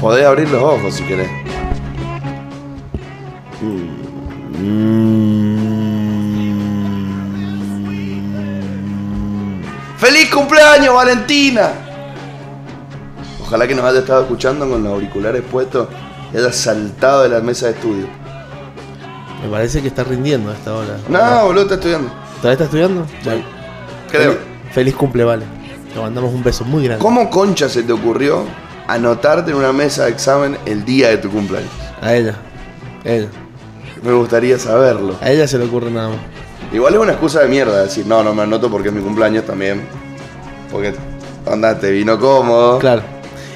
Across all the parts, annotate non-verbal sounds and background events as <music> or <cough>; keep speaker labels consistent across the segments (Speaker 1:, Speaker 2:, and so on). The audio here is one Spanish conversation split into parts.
Speaker 1: Podés abrir los ojos si querés. ¡Feliz cumpleaños, Valentina! Ojalá que nos haya estado escuchando con los auriculares puestos y haya saltado de la mesa de estudio.
Speaker 2: Me parece que está rindiendo a esta hora.
Speaker 1: No, boludo, está estudiando.
Speaker 2: ¿Todavía está estudiando? Bueno,
Speaker 1: Creo.
Speaker 2: Feliz, feliz cumple, vale. Te mandamos un beso muy grande.
Speaker 1: ¿Cómo concha se te ocurrió anotarte en una mesa de examen el día de tu cumpleaños?
Speaker 2: A ella. A ella.
Speaker 1: Me gustaría saberlo.
Speaker 2: A ella se le ocurre nada más.
Speaker 1: Igual es una excusa de mierda decir, no, no me anoto porque es mi cumpleaños también. Porque, onda, te vino cómodo.
Speaker 2: Claro.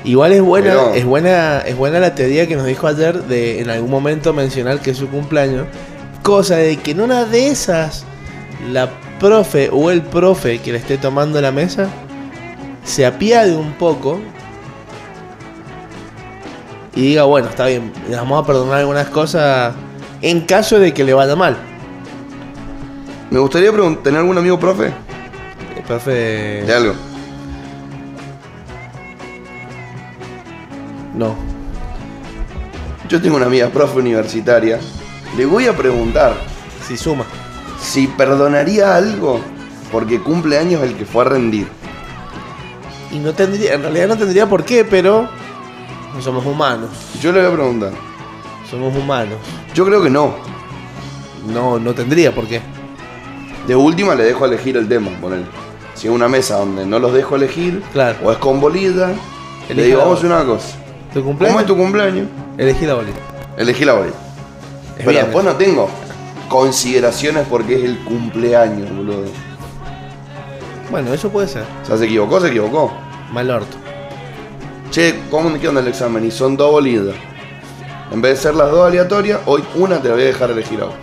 Speaker 2: Igual es buena,
Speaker 1: Pero-
Speaker 2: es buena, es buena la teoría que nos dijo ayer de en algún momento mencionar que es su cumpleaños. Cosa de que en una de esas, la profe o el profe que le esté tomando la mesa se apiade un poco y diga, bueno, está bien, le vamos a perdonar algunas cosas en caso de que le vaya mal.
Speaker 1: Me gustaría pregun- tener algún amigo profe
Speaker 2: El profe.
Speaker 1: de algo.
Speaker 2: No.
Speaker 1: Yo tengo una amiga profe universitaria. Le voy a preguntar
Speaker 2: Si suma.
Speaker 1: si perdonaría algo porque cumple años el que fue a rendir.
Speaker 2: Y no tendría, en realidad no tendría por qué, pero no somos humanos.
Speaker 1: Yo le voy a preguntar.
Speaker 2: Somos humanos.
Speaker 1: Yo creo que no.
Speaker 2: No, no tendría por qué.
Speaker 1: De última le dejo elegir el tema, poner. Si es una mesa donde no los dejo elegir,
Speaker 2: Claro.
Speaker 1: o es con bolita, le
Speaker 2: Elija
Speaker 1: digo,
Speaker 2: la
Speaker 1: vamos a hacer una cosa.
Speaker 2: ¿Tu cumpleaños?
Speaker 1: ¿Cómo es tu cumpleaños?
Speaker 2: Elegí la bolita.
Speaker 1: Elegí la bolita.
Speaker 2: Es
Speaker 1: Pero
Speaker 2: viernes.
Speaker 1: después no tengo consideraciones porque es el cumpleaños, boludo.
Speaker 2: Bueno, eso puede ser.
Speaker 1: O sea, se equivocó, se equivocó.
Speaker 2: Mal orto.
Speaker 1: Che, ¿cómo qué onda el examen? Y son dos bolidas. En vez de ser las dos aleatorias, hoy una te la voy a dejar elegir a vos.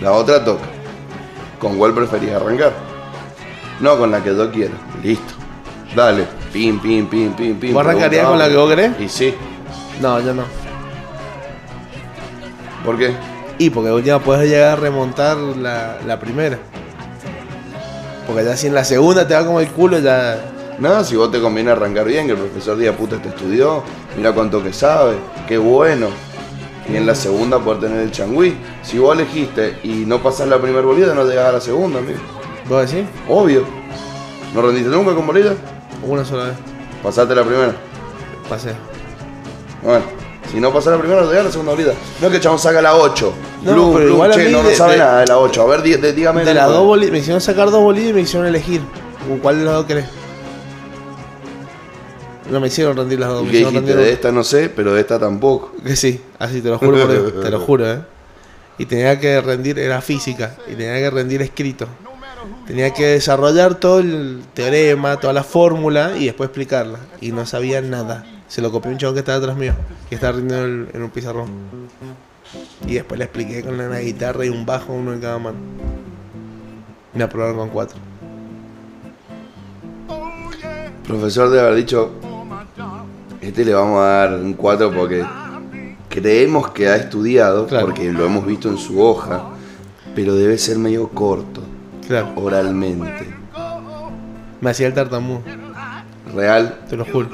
Speaker 1: La otra toca. ¿Con cuál preferís arrancar? No con la que yo quiera. Listo. Dale. Pim, pim, pim, pim, pim.
Speaker 2: ¿Vos arrancarías con la que vos querés?
Speaker 1: Y sí.
Speaker 2: No, yo no.
Speaker 1: ¿Por qué?
Speaker 2: Y porque ya puedes llegar a remontar la, la primera. Porque ya si en la segunda te va como el culo, ya.
Speaker 1: Nada, si vos te conviene arrancar bien, que el profesor diga puta te estudió, mira cuánto que sabe, qué bueno. Y en la segunda poder tener el changüí. Si vos elegiste y no pasás la primera bolida, no llegás a la segunda, amigo.
Speaker 2: ¿Vos decís?
Speaker 1: Obvio. ¿No rendiste nunca con bolida?
Speaker 2: Una sola vez.
Speaker 1: Pasaste la primera.
Speaker 2: Pasé.
Speaker 1: Bueno, si no pasás la primera, no llegás a la segunda bolida. No es que el chabón saca la 8.
Speaker 2: No,
Speaker 1: Blum,
Speaker 2: pero
Speaker 1: blum,
Speaker 2: igual a
Speaker 1: che,
Speaker 2: mí
Speaker 1: no, no
Speaker 2: de-
Speaker 1: sabe
Speaker 2: de-
Speaker 1: nada de la 8. A ver, di- de- dígame.
Speaker 2: De las dos bolitas, me hicieron sacar dos bolitas y me hicieron elegir. ¿Con ¿Cuál de las dos querés? No me hicieron rendir las dos,
Speaker 1: ¿Y
Speaker 2: me
Speaker 1: qué
Speaker 2: hicieron
Speaker 1: dijiste?
Speaker 2: rendir
Speaker 1: De
Speaker 2: una.
Speaker 1: esta no sé, pero de esta tampoco.
Speaker 2: Que sí, así te lo juro, por Dios, te lo juro, eh. Y tenía que rendir, era física, y tenía que rendir escrito. Tenía que desarrollar todo el teorema, toda la fórmula y después explicarla. Y no sabía nada. Se lo copió un chabón que estaba atrás mío, que estaba rindiendo el- en un pizarrón. Y después le expliqué con una guitarra y un bajo, uno en cada mano. Me aprobaron con cuatro.
Speaker 1: Profesor de haber dicho, este le vamos a dar un 4 porque creemos que ha estudiado,
Speaker 2: Claro.
Speaker 1: porque lo hemos visto en su hoja, pero debe ser medio corto,
Speaker 2: Claro,
Speaker 1: oralmente.
Speaker 2: me hacía el tartamudo,
Speaker 1: Real.
Speaker 2: te lo juro.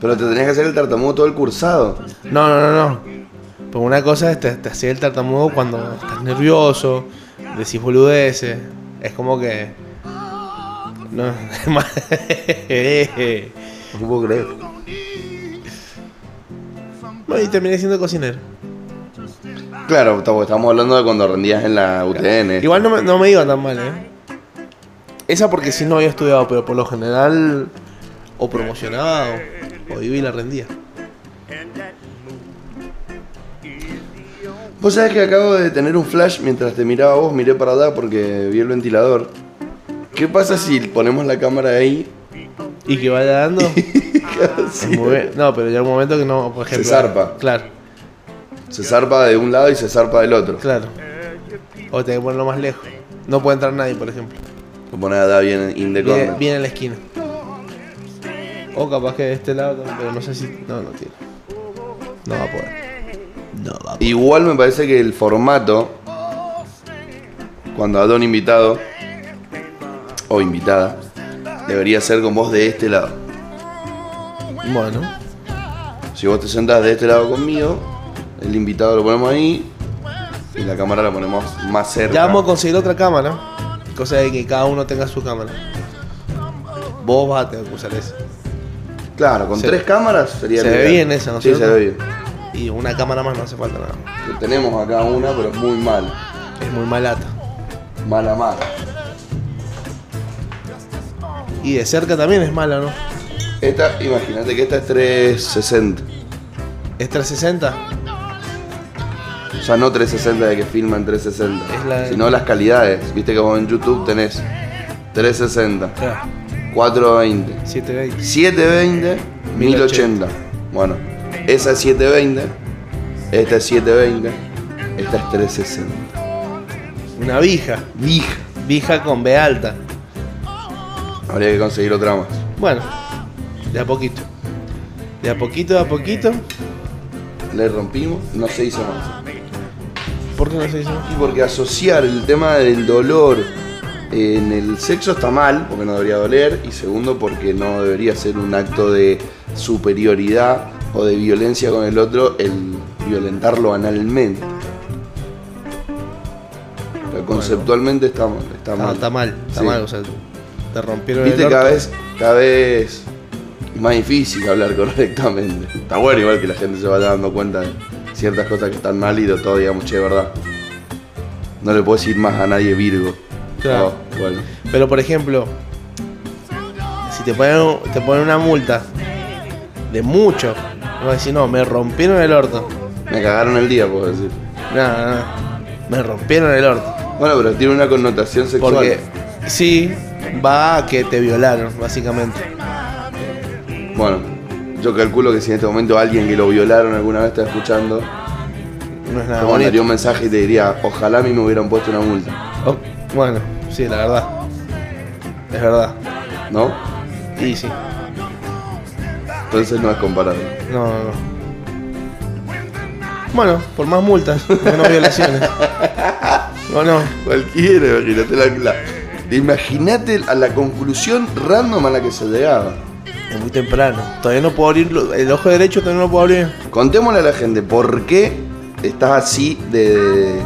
Speaker 1: Pero te tenías que hacer el tartamudo todo el cursado.
Speaker 2: No, no, no, no. Porque una cosa es te, te hacía el tartamudo cuando estás nervioso, decís boludeces. Es como que. No, <laughs> es más-
Speaker 1: No puedo creer.
Speaker 2: No, y terminé siendo cocinero.
Speaker 1: Claro, t- estamos hablando de cuando rendías en la UTN.
Speaker 2: Igual no me, no me iba tan mal, ¿eh? Esa porque si no había estudiado, pero por lo general. O promocionado, o iba y la rendía.
Speaker 1: Vos sabés que acabo de tener un flash mientras te miraba vos, miré para allá porque vi el ventilador. ¿Qué pasa si ponemos la cámara ahí? <laughs>
Speaker 2: Y que vaya dando. es muy bien. No, pero ya un momento que no, por
Speaker 1: Se
Speaker 2: ejemplo.
Speaker 1: zarpa.
Speaker 2: Claro,
Speaker 1: Se zarpa de un lado y se zarpa del otro.
Speaker 2: claro. O tenés que ponerlo más lejos. No puede entrar nadie, por ejemplo.
Speaker 1: Lo pones acá bien in the
Speaker 2: Viene,
Speaker 1: corner.
Speaker 2: viene en la esquina. O capaz que de este lado, también, pero no sé si. No, no tiene. No va a poder. No va a poder.
Speaker 1: Igual me parece que el formato, cuando a un invitado o invitada, debería ser con voz de este lado.
Speaker 2: Bueno,
Speaker 1: Si vos te sentás de este lado conmigo, el invitado lo ponemos ahí y la cámara la ponemos más cerca.
Speaker 2: ya vamos a conseguir otra cámara. Cosa de que cada uno tenga su cámara. Vos vas a tener que usar esa.
Speaker 1: Claro, con
Speaker 2: Se-
Speaker 1: tres cámaras sería
Speaker 2: se
Speaker 1: el
Speaker 2: ve
Speaker 1: ideal.
Speaker 2: bien esa, ¿no es
Speaker 1: Sí, se
Speaker 2: cierto?
Speaker 1: ve bien.
Speaker 2: Y una cámara más no hace falta nada.
Speaker 1: Que Tenemos acá una, pero es muy mala.
Speaker 2: Es muy malata.
Speaker 1: Mala, mala.
Speaker 2: Y de cerca también es mala, ¿no?
Speaker 1: Esta, imagínate que esta es 360.
Speaker 2: Es 360.
Speaker 1: O sea, no 360 de que filman 360.
Speaker 2: Es la de-
Speaker 1: Sino las calidades. Viste que vos en YouTube tenés 360,
Speaker 2: Ah,
Speaker 1: 420,
Speaker 2: 720.
Speaker 1: 720, 1080. Bueno, esa es 720, esta es 720, esta es 360.
Speaker 2: Una vija.
Speaker 1: Vija.
Speaker 2: Vija con B alta.
Speaker 1: Habría que conseguir otra más.
Speaker 2: Bueno, de a poquito. De a poquito, de a poquito.
Speaker 1: Le rompimos, no se hizo más.
Speaker 2: ¿Por qué no se hizo? más?
Speaker 1: Y porque asociar el tema del dolor en el sexo está mal, porque no debería doler, y segundo, porque no debería ser un acto de superioridad o de violencia con el otro el violentarlo analmente. Pero conceptualmente está mal. Está
Speaker 2: Está,
Speaker 1: mal,
Speaker 2: está mal, está
Speaker 1: Sí.
Speaker 2: mal. O sea, te rompieron el
Speaker 1: Viste,
Speaker 2: orto.
Speaker 1: cada vez, cada vez más difícil hablar <laughs> correctamente. Está bueno igual que la gente se vaya dando cuenta de ciertas cosas que están mal y de todo digamos, che, verdad. No le puedo decir más a nadie Virgo.
Speaker 2: Claro.
Speaker 1: No, bueno.
Speaker 2: Pero por ejemplo, si te ponen, te ponen una multa de mucho, vas a decir, no, me rompieron el orto.
Speaker 1: Me cagaron el día, puedo decir.
Speaker 2: Nada, nada. Me rompieron el orto.
Speaker 1: Bueno, pero tiene una connotación sexual.
Speaker 2: Porque sí, va a que te violaron, básicamente.
Speaker 1: Bueno, yo calculo que si en este momento alguien que lo violaron alguna vez está escuchando,
Speaker 2: Ah, No es
Speaker 1: te
Speaker 2: nada
Speaker 1: mandaría
Speaker 2: bonito.
Speaker 1: un mensaje y te diría, ojalá a mí me hubieran puesto una multa.
Speaker 2: Oh, bueno, sí, la verdad. Es verdad.
Speaker 1: ¿No?
Speaker 2: Y sí.
Speaker 1: Entonces no es comparable.
Speaker 2: No, no, no. Bueno, por más multas, <laughs> menos violaciones. ¿O no?
Speaker 1: Cualquiera, imagínate la, la- Imagínate a la conclusión random a la que se llegaba.
Speaker 2: Es muy temprano. Todavía no puedo abrir lo- el ojo derecho, todavía no lo puedo abrir.
Speaker 1: Contémosle a la gente por qué estás así de, de-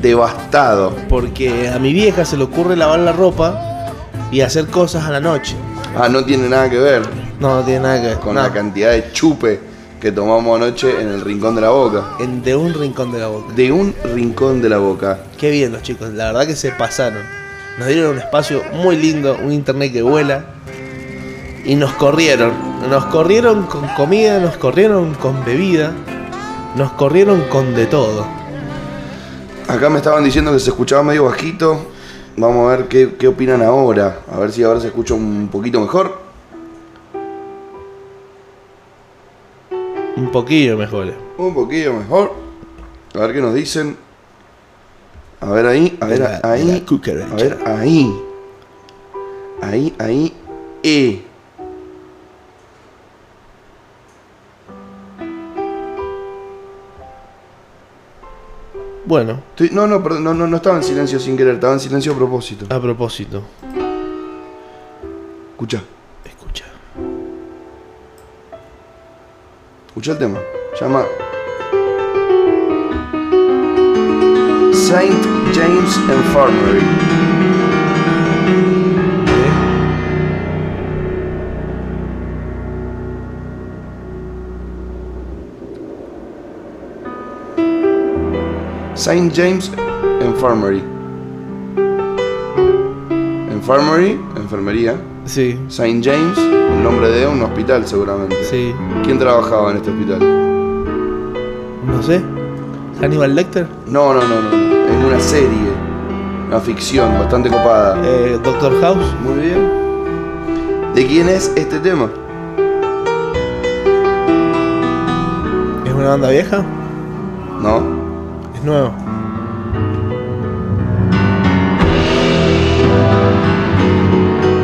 Speaker 1: devastado.
Speaker 2: Porque a mi vieja se le ocurre lavar la ropa y hacer cosas a la noche.
Speaker 1: Ah, no tiene nada que ver
Speaker 2: No, no tiene nada que ver.
Speaker 1: con
Speaker 2: no.
Speaker 1: la cantidad de chupe que tomamos anoche en el rincón de la boca.
Speaker 2: En- de un rincón de la boca.
Speaker 1: De un rincón de la boca.
Speaker 2: Qué bien los chicos, la verdad que se pasaron. Nos dieron un espacio muy lindo, un internet que vuela. Y nos corrieron. Nos corrieron con comida, nos corrieron con bebida, nos corrieron con de todo.
Speaker 1: Acá me estaban diciendo que se escuchaba medio bajito. Vamos a ver qué, qué opinan ahora. A ver si ahora se escucha un poquito mejor.
Speaker 2: Un poquillo mejor.
Speaker 1: Un poquillo mejor. A ver qué nos dicen. A ver ahí, a
Speaker 2: De
Speaker 1: ver
Speaker 2: la- de
Speaker 1: ahí.
Speaker 2: la cucaracha.
Speaker 1: A ver ahí. Ahí, ahí. E.
Speaker 2: Bueno,
Speaker 1: Estoy- no, no, perdón, no, no, no estaba en silencio sin querer, estaba en silencio a propósito.
Speaker 2: a propósito,
Speaker 1: Escucha,
Speaker 2: escucha.
Speaker 1: escucha el tema. Llama. Saint James Infirmary.
Speaker 2: ¿Eh?
Speaker 1: Saint James Infirmary. Infirmary, enfermería.
Speaker 2: Sí,
Speaker 1: Saint James, el nombre de un hospital seguramente.
Speaker 2: sí.
Speaker 1: ¿Quién trabajaba en este hospital?
Speaker 2: No sé. Hannibal Lecter,
Speaker 1: No, no, no, no. no. Es una serie. Una ficción bastante copada.
Speaker 2: eh, Doctor House,
Speaker 1: Muy bien. ¿De quién es este tema?
Speaker 2: es una banda vieja,
Speaker 1: No.
Speaker 2: es nuevo.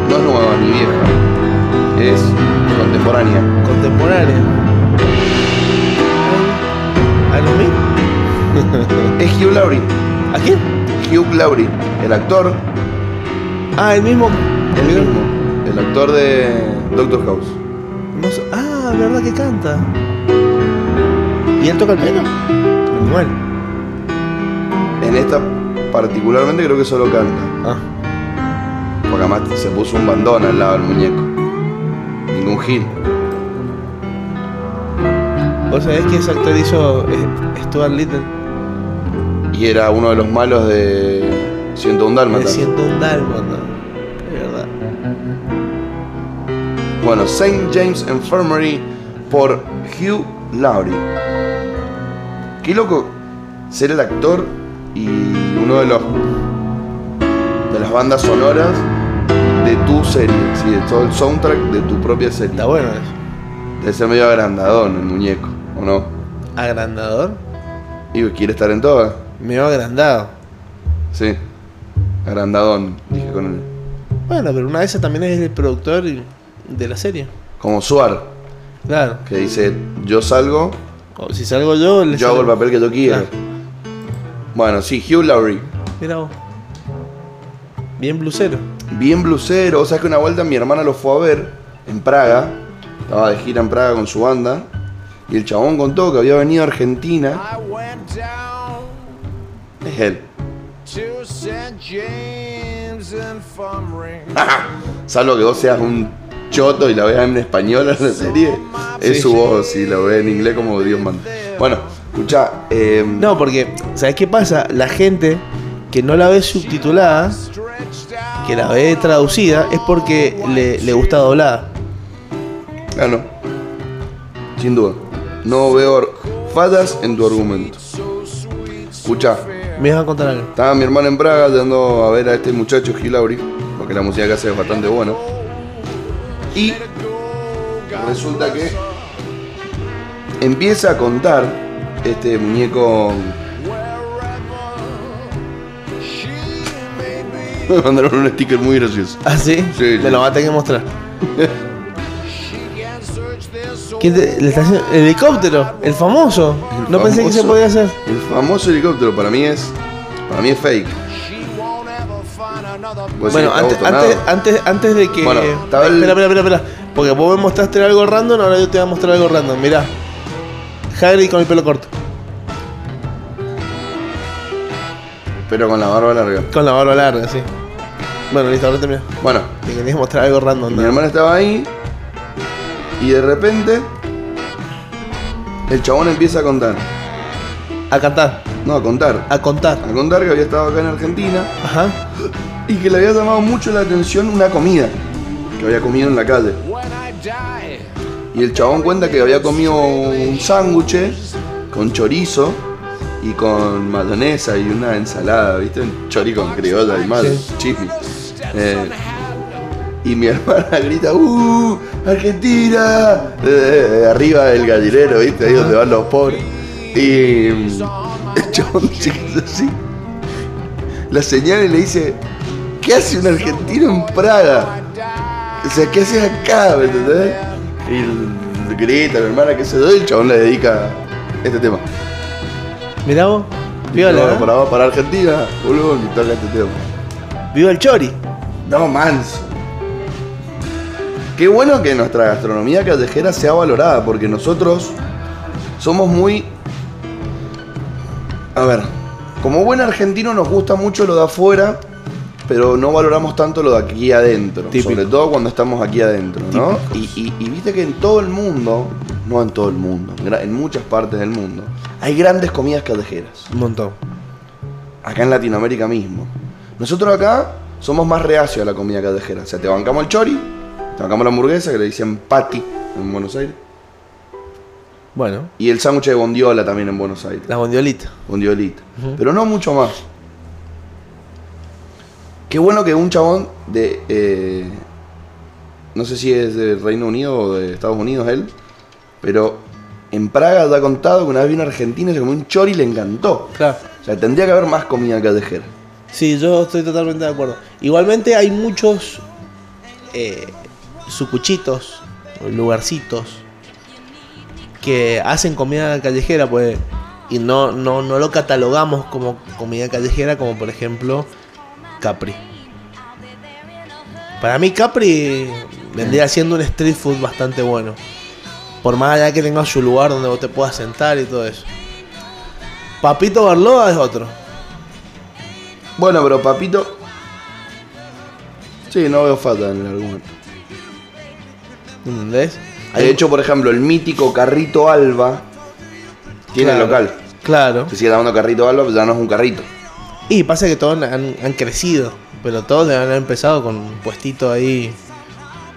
Speaker 1: No es nueva ni vieja. Es contemporánea.
Speaker 2: contemporánea. ¿A los mil?
Speaker 1: Es Hugh Laurie.
Speaker 2: ¿A quién?
Speaker 1: Hugh Laurie. El actor.
Speaker 2: Ah, el mismo.
Speaker 1: El mismo. El actor de Doctor House.
Speaker 2: No so- ah, verdad que canta. Y él toca el piano. Manuel.
Speaker 1: En esta particularmente creo que solo canta.
Speaker 2: Ah.
Speaker 1: Porque además se puso un bandón al lado del muñeco. Ningún gil.
Speaker 2: Vos sabés que ese actor hizo eh, Stuart Little.
Speaker 1: Y era uno de los malos de 101
Speaker 2: Me
Speaker 1: Dálmatas.
Speaker 2: siento un dálmata. Es verdad.
Speaker 1: Bueno, St. James Infirmary por Hugh Laurie. Qué loco ser el actor y uno de los de las bandas sonoras de tu serie, sí, de todo el soundtrack de tu propia serie.
Speaker 2: Está bueno eso.
Speaker 1: Debe ser medio agrandadón el muñeco, ¿o no?
Speaker 2: Agrandador.
Speaker 1: Y quiere estar en todas.
Speaker 2: Me va agrandado.
Speaker 1: Sí. Agrandadón, dije con él.
Speaker 2: Bueno, pero una de esas también es el productor y- de la serie.
Speaker 1: Como Suar,
Speaker 2: Claro.
Speaker 1: que dice, yo salgo
Speaker 2: O si salgo yo, le
Speaker 1: Yo hago el papel que yo quiero.
Speaker 2: Claro.
Speaker 1: Bueno, sí, Hugh Laurie.
Speaker 2: Mira vos. Bien blusero.
Speaker 1: Bien blusero. O sea, que una vuelta mi hermana lo fue a ver en Praga. Estaba de gira en Praga con su banda. Y el chabón contó que había venido a Argentina.
Speaker 3: I went down
Speaker 1: Es él.
Speaker 3: to St. James Infirmary.
Speaker 1: Salvo que vos seas un choto y la veas en español en la serie. Es
Speaker 2: Sí.
Speaker 1: su voz, sí, la ve en inglés como Dios manda. Bueno, escuchá. eh,
Speaker 2: No, porque, ¿sabes qué pasa? La gente que no la ve subtitulada,
Speaker 3: Stretched out.
Speaker 2: que la ve traducida, es porque le, le gusta doblada.
Speaker 1: Ah, no. Sin duda. No veo fallas en tu argumento. Escuchá.
Speaker 2: Me vas a contar algo.
Speaker 1: Estaba mi hermana en Praga yendo a ver a este muchacho Gil Auri, porque la música que hace es bastante buena. Y resulta que empieza a contar este muñeco. <laughs> Me mandaron un sticker muy gracioso.
Speaker 2: ¿Ah, sí?
Speaker 1: Sí,
Speaker 2: Me
Speaker 1: sí.
Speaker 2: lo vas a tener que mostrar.
Speaker 3: She can search this
Speaker 2: ¿Qué te- le está haciendo? El helicóptero, el famoso. no pensé que se
Speaker 1: Famoso-
Speaker 2: podía hacer.
Speaker 1: El famoso helicóptero para mí es. Para mí es fake.
Speaker 3: She won't ever find another
Speaker 1: Pues sí,
Speaker 2: bueno,
Speaker 1: está
Speaker 2: antes,
Speaker 1: botonado.
Speaker 2: antes, antes, antes de que.
Speaker 1: Bueno, estaba el-
Speaker 2: Espera, espera, espera, espera. Porque vos me mostraste algo random, ahora yo te voy a mostrar algo random. Mirá. Hagrid con el pelo corto.
Speaker 1: Pero con la barba larga.
Speaker 2: Con la barba larga, sí. Bueno, listo, ahora termina.
Speaker 1: Bueno,
Speaker 2: Te querías mostrar algo random.
Speaker 1: mi
Speaker 2: ¿no?
Speaker 1: hermana estaba ahí. Y de repente. El chabón empieza a contar.
Speaker 2: A cantar,
Speaker 1: No, a contar.
Speaker 2: a contar.
Speaker 1: A contar que había estado acá en Argentina.
Speaker 2: Ajá.
Speaker 1: y que le había llamado mucho la atención una comida que había comido en la calle.
Speaker 3: When I die,
Speaker 1: Y el chabón cuenta que había comido un sándwich con chorizo y con mayonesa y una ensalada, ¿viste? Un chori con criolla y más,
Speaker 2: Sí.
Speaker 1: chisme. Eh, y mi <laughs> hermana grita, ¡Uh! ¡Argentina! Eh, eh, arriba del gallinero, ¿viste? Ahí donde van los pobres. Y mm, <laughs> el chabón se queda así. La señora y le dice, ¿qué hace un argentino en Praga? O sea, ¿qué haces acá? ¿Me entendés? Y el- grita, mi hermana, que se doy, el chabón le dedica este tema.
Speaker 2: Mirá vos. Viva,
Speaker 1: No,
Speaker 2: la,
Speaker 1: para, para Argentina, boludo, y toca este tema.
Speaker 2: viva el chori.
Speaker 1: No, mans. Qué bueno que nuestra gastronomía callejera sea valorada, porque nosotros somos muy. A ver, como buen argentino nos gusta mucho lo de afuera, pero no valoramos tanto lo de aquí adentro.
Speaker 2: Típico.
Speaker 1: Sobre todo cuando estamos aquí adentro, ¿no? Y, y- y viste que en todo el mundo, no en todo el mundo, en gra- en muchas partes del mundo, hay grandes comidas callejeras
Speaker 2: Un montón.
Speaker 1: acá en Latinoamérica mismo. Nosotros acá somos más reacios a la comida callejera. O sea, te bancamos el chori, te bancamos la hamburguesa, que le dicen pati en Buenos Aires,
Speaker 2: Bueno,
Speaker 1: y el sándwich de bondiola también en Buenos Aires,
Speaker 2: las bondiolitas.
Speaker 1: bondiolita.
Speaker 2: Ujú.
Speaker 1: Pero no mucho más. Qué bueno que un chabón de... eh, no sé si es del Reino Unido o de Estados Unidos él, pero en Praga te ha contado que una vez vino a Argentina y se comió un chori y le encantó.
Speaker 2: Claro.
Speaker 1: O sea, tendría que haber más comida callejera.
Speaker 2: Sí, yo estoy totalmente de acuerdo. Igualmente hay muchos eh, sucuchitos, o lugarcitos, que hacen comida callejera, pues, y no, no, no lo catalogamos como comida callejera, como por ejemplo Capri. Para mí Capri Vendría siendo un street food bastante bueno. Por más allá que tenga su lugar donde vos te puedas sentar y todo eso. Papito Barloa es otro.
Speaker 1: Bueno, pero Papito. Sí, no veo falta en el argumento.
Speaker 2: ¿Entendés?
Speaker 1: De hecho, por ejemplo, el mítico Carrito Alba tiene
Speaker 2: Claro,
Speaker 1: local.
Speaker 2: Claro.
Speaker 1: Se sigue llamando Carrito Alba, pero ya no es un carrito.
Speaker 2: Y pasa que todos han, han crecido. Pero todos han empezado con un puestito ahí.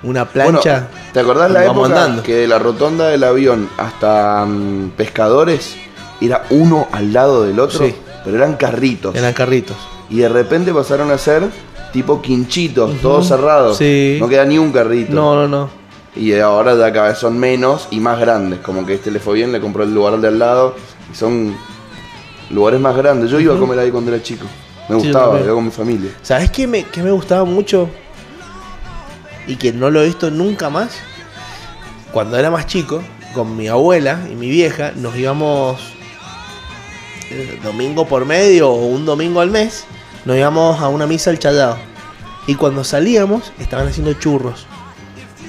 Speaker 2: Una plancha.
Speaker 1: Bueno, ¿te acordás la
Speaker 2: Nos vamos
Speaker 1: época
Speaker 2: andando.
Speaker 1: que de la rotonda del avión hasta mm, pescadores era uno al lado del otro?
Speaker 2: Sí.
Speaker 1: Pero eran carritos.
Speaker 2: eran carritos.
Speaker 1: Y de repente pasaron a ser tipo quinchitos, todos cerrados.
Speaker 2: Sí.
Speaker 1: No queda ni un carrito.
Speaker 2: No, no, no.
Speaker 1: Y ahora ya cada vez son menos y más grandes. Como que este le fue bien, le compró el lugar de al lado. Y son lugares más grandes. Yo iba a comer ahí cuando era chico. Me
Speaker 2: Sí, yo
Speaker 1: gustaba,
Speaker 2: también.
Speaker 1: iba con mi familia.
Speaker 2: ¿Sabes qué me, qué me gustaba mucho? Y que no lo he visto nunca más. Cuando era más chico, con mi abuela y mi vieja, nos íbamos eh, domingo por medio o un domingo al mes, nos íbamos a una misa al Challao. Y cuando salíamos, estaban haciendo churros.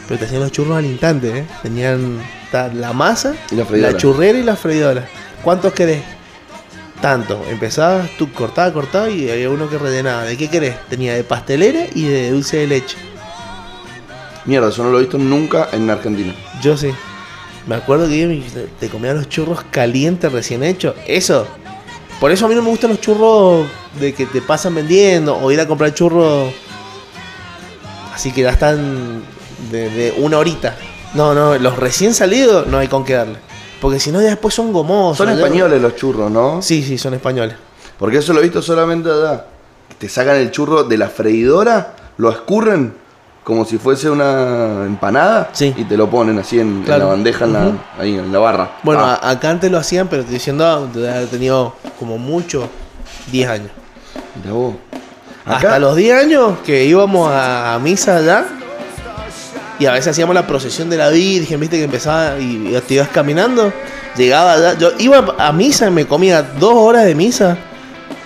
Speaker 2: Pero te hacían los churros al instante, ¿eh? Tenían ta- la masa,
Speaker 1: Y la freidora.
Speaker 2: churrera y la freidora. ¿Cuántos querés? Tanto. Empezabas, tú cortabas, cortabas y había uno que rellenaba. ¿De qué querés? Tenía de pastelera y de dulce de leche.
Speaker 1: Mierda, eso no lo he visto nunca en Argentina.
Speaker 2: Yo sí. Me acuerdo que yo me- te comía los churros calientes recién hechos. Eso. Por eso a mí no me gustan los churros de que te pasan vendiendo o ir a comprar churros. Así que ya están de, de una horita. No, no, los recién salidos no hay con qué darle. Porque si no, ya después son gomosos.
Speaker 1: Son
Speaker 2: ya-
Speaker 1: españoles los churros, ¿no?
Speaker 2: Sí, sí, son españoles.
Speaker 1: Porque eso lo he visto solamente allá. Te sacan el churro de la freidora, lo escurren como si fuese una empanada
Speaker 2: Sí.
Speaker 1: y te lo ponen así en, en
Speaker 2: Claro.
Speaker 1: la bandeja, en la,
Speaker 2: Ujú.
Speaker 1: ahí en la barra.
Speaker 2: Bueno,
Speaker 1: Ah,
Speaker 2: a- acá antes lo hacían, pero estoy diciendo, ah, de haber tenido como mucho 10 años.
Speaker 1: mirá vos.
Speaker 2: Hasta los 10 años que íbamos a, a misa allá y a veces hacíamos la procesión de la Virgen, viste que empezaba y, y te ibas caminando, llegaba allá, yo iba a misa y me comía dos horas de misa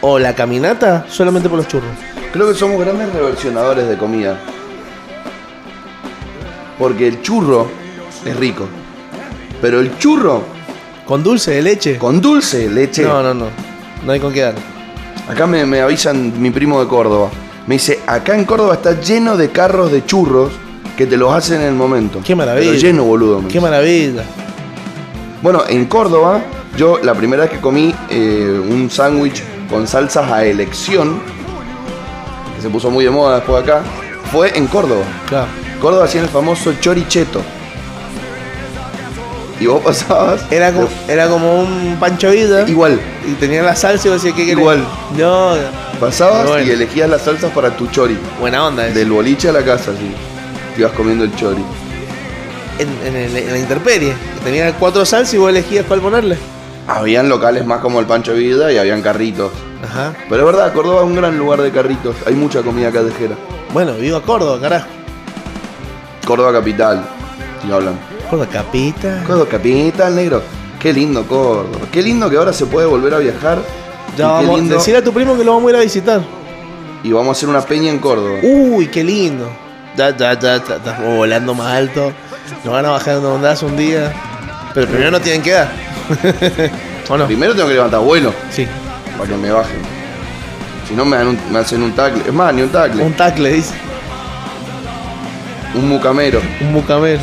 Speaker 2: o la caminata solamente por los churros.
Speaker 1: Creo que somos grandes reversionadores de comida. Porque el churro es rico. Pero el churro
Speaker 2: Con dulce de leche.
Speaker 1: con dulce, leche.
Speaker 2: No, no, no. No hay con qué dar.
Speaker 1: Acá me, me avisan mi primo de Córdoba. Me dice, acá en Córdoba está lleno de carros de churros que te los hacen en el momento.
Speaker 2: Qué maravilla.
Speaker 1: Pero lleno, boludo. me
Speaker 2: Qué
Speaker 1: dice.
Speaker 2: maravilla.
Speaker 1: Bueno, en Córdoba, yo la primera vez que comí eh, un sándwich con salsas a elección, que se puso muy de moda después de acá, fue en Córdoba.
Speaker 2: Claro.
Speaker 1: Córdoba hacían el famoso choricheto. Y vos pasabas.
Speaker 2: Era como, era como un pancho vida
Speaker 1: Igual.
Speaker 2: y tenía la salsa y vos decías, ¿qué querés?
Speaker 1: Igual.
Speaker 2: No,
Speaker 1: Pasabas
Speaker 2: Bueno.
Speaker 1: y elegías las salsas para tu chori.
Speaker 2: buena onda. eso.
Speaker 1: Del boliche a la casa, sí. Te ibas comiendo el chori.
Speaker 2: en, en el- en la intemperie. Tenía cuatro salsas y vos elegías cuál ponerle.
Speaker 1: Habían locales más como el Pancho Vida y habían carritos.
Speaker 2: Ajá.
Speaker 1: Pero es verdad, Córdoba es un gran lugar de carritos. Hay mucha comida callejera.
Speaker 2: Bueno, vivo a Córdoba, carajo.
Speaker 1: Córdoba capital. Y hablan.
Speaker 2: Córdoba, capita.
Speaker 1: Córdoba capital, negro. Qué lindo Córdoba. Qué lindo que ahora se puede volver a viajar. Y
Speaker 2: Ya
Speaker 1: qué
Speaker 2: vamos.
Speaker 1: lindo-
Speaker 2: Decirle a tu primo que lo vamos a ir a visitar.
Speaker 1: Y vamos a hacer una peña en Córdoba.
Speaker 2: Uy, qué lindo. Ya, ya, ya, ya, ya, como volando más alto. Nos van a bajar de ondas un día. Pero primero no tienen que <laughs> dar. ¿O no?
Speaker 1: Primero tengo que levantar vuelo
Speaker 2: Sí.
Speaker 1: para que me bajen. Si no me, dan un- me hacen un tackle. Es más, ni un tackle.
Speaker 2: Un
Speaker 1: Un,
Speaker 2: tackle, dice.
Speaker 1: mucamero.
Speaker 2: Un mucamel.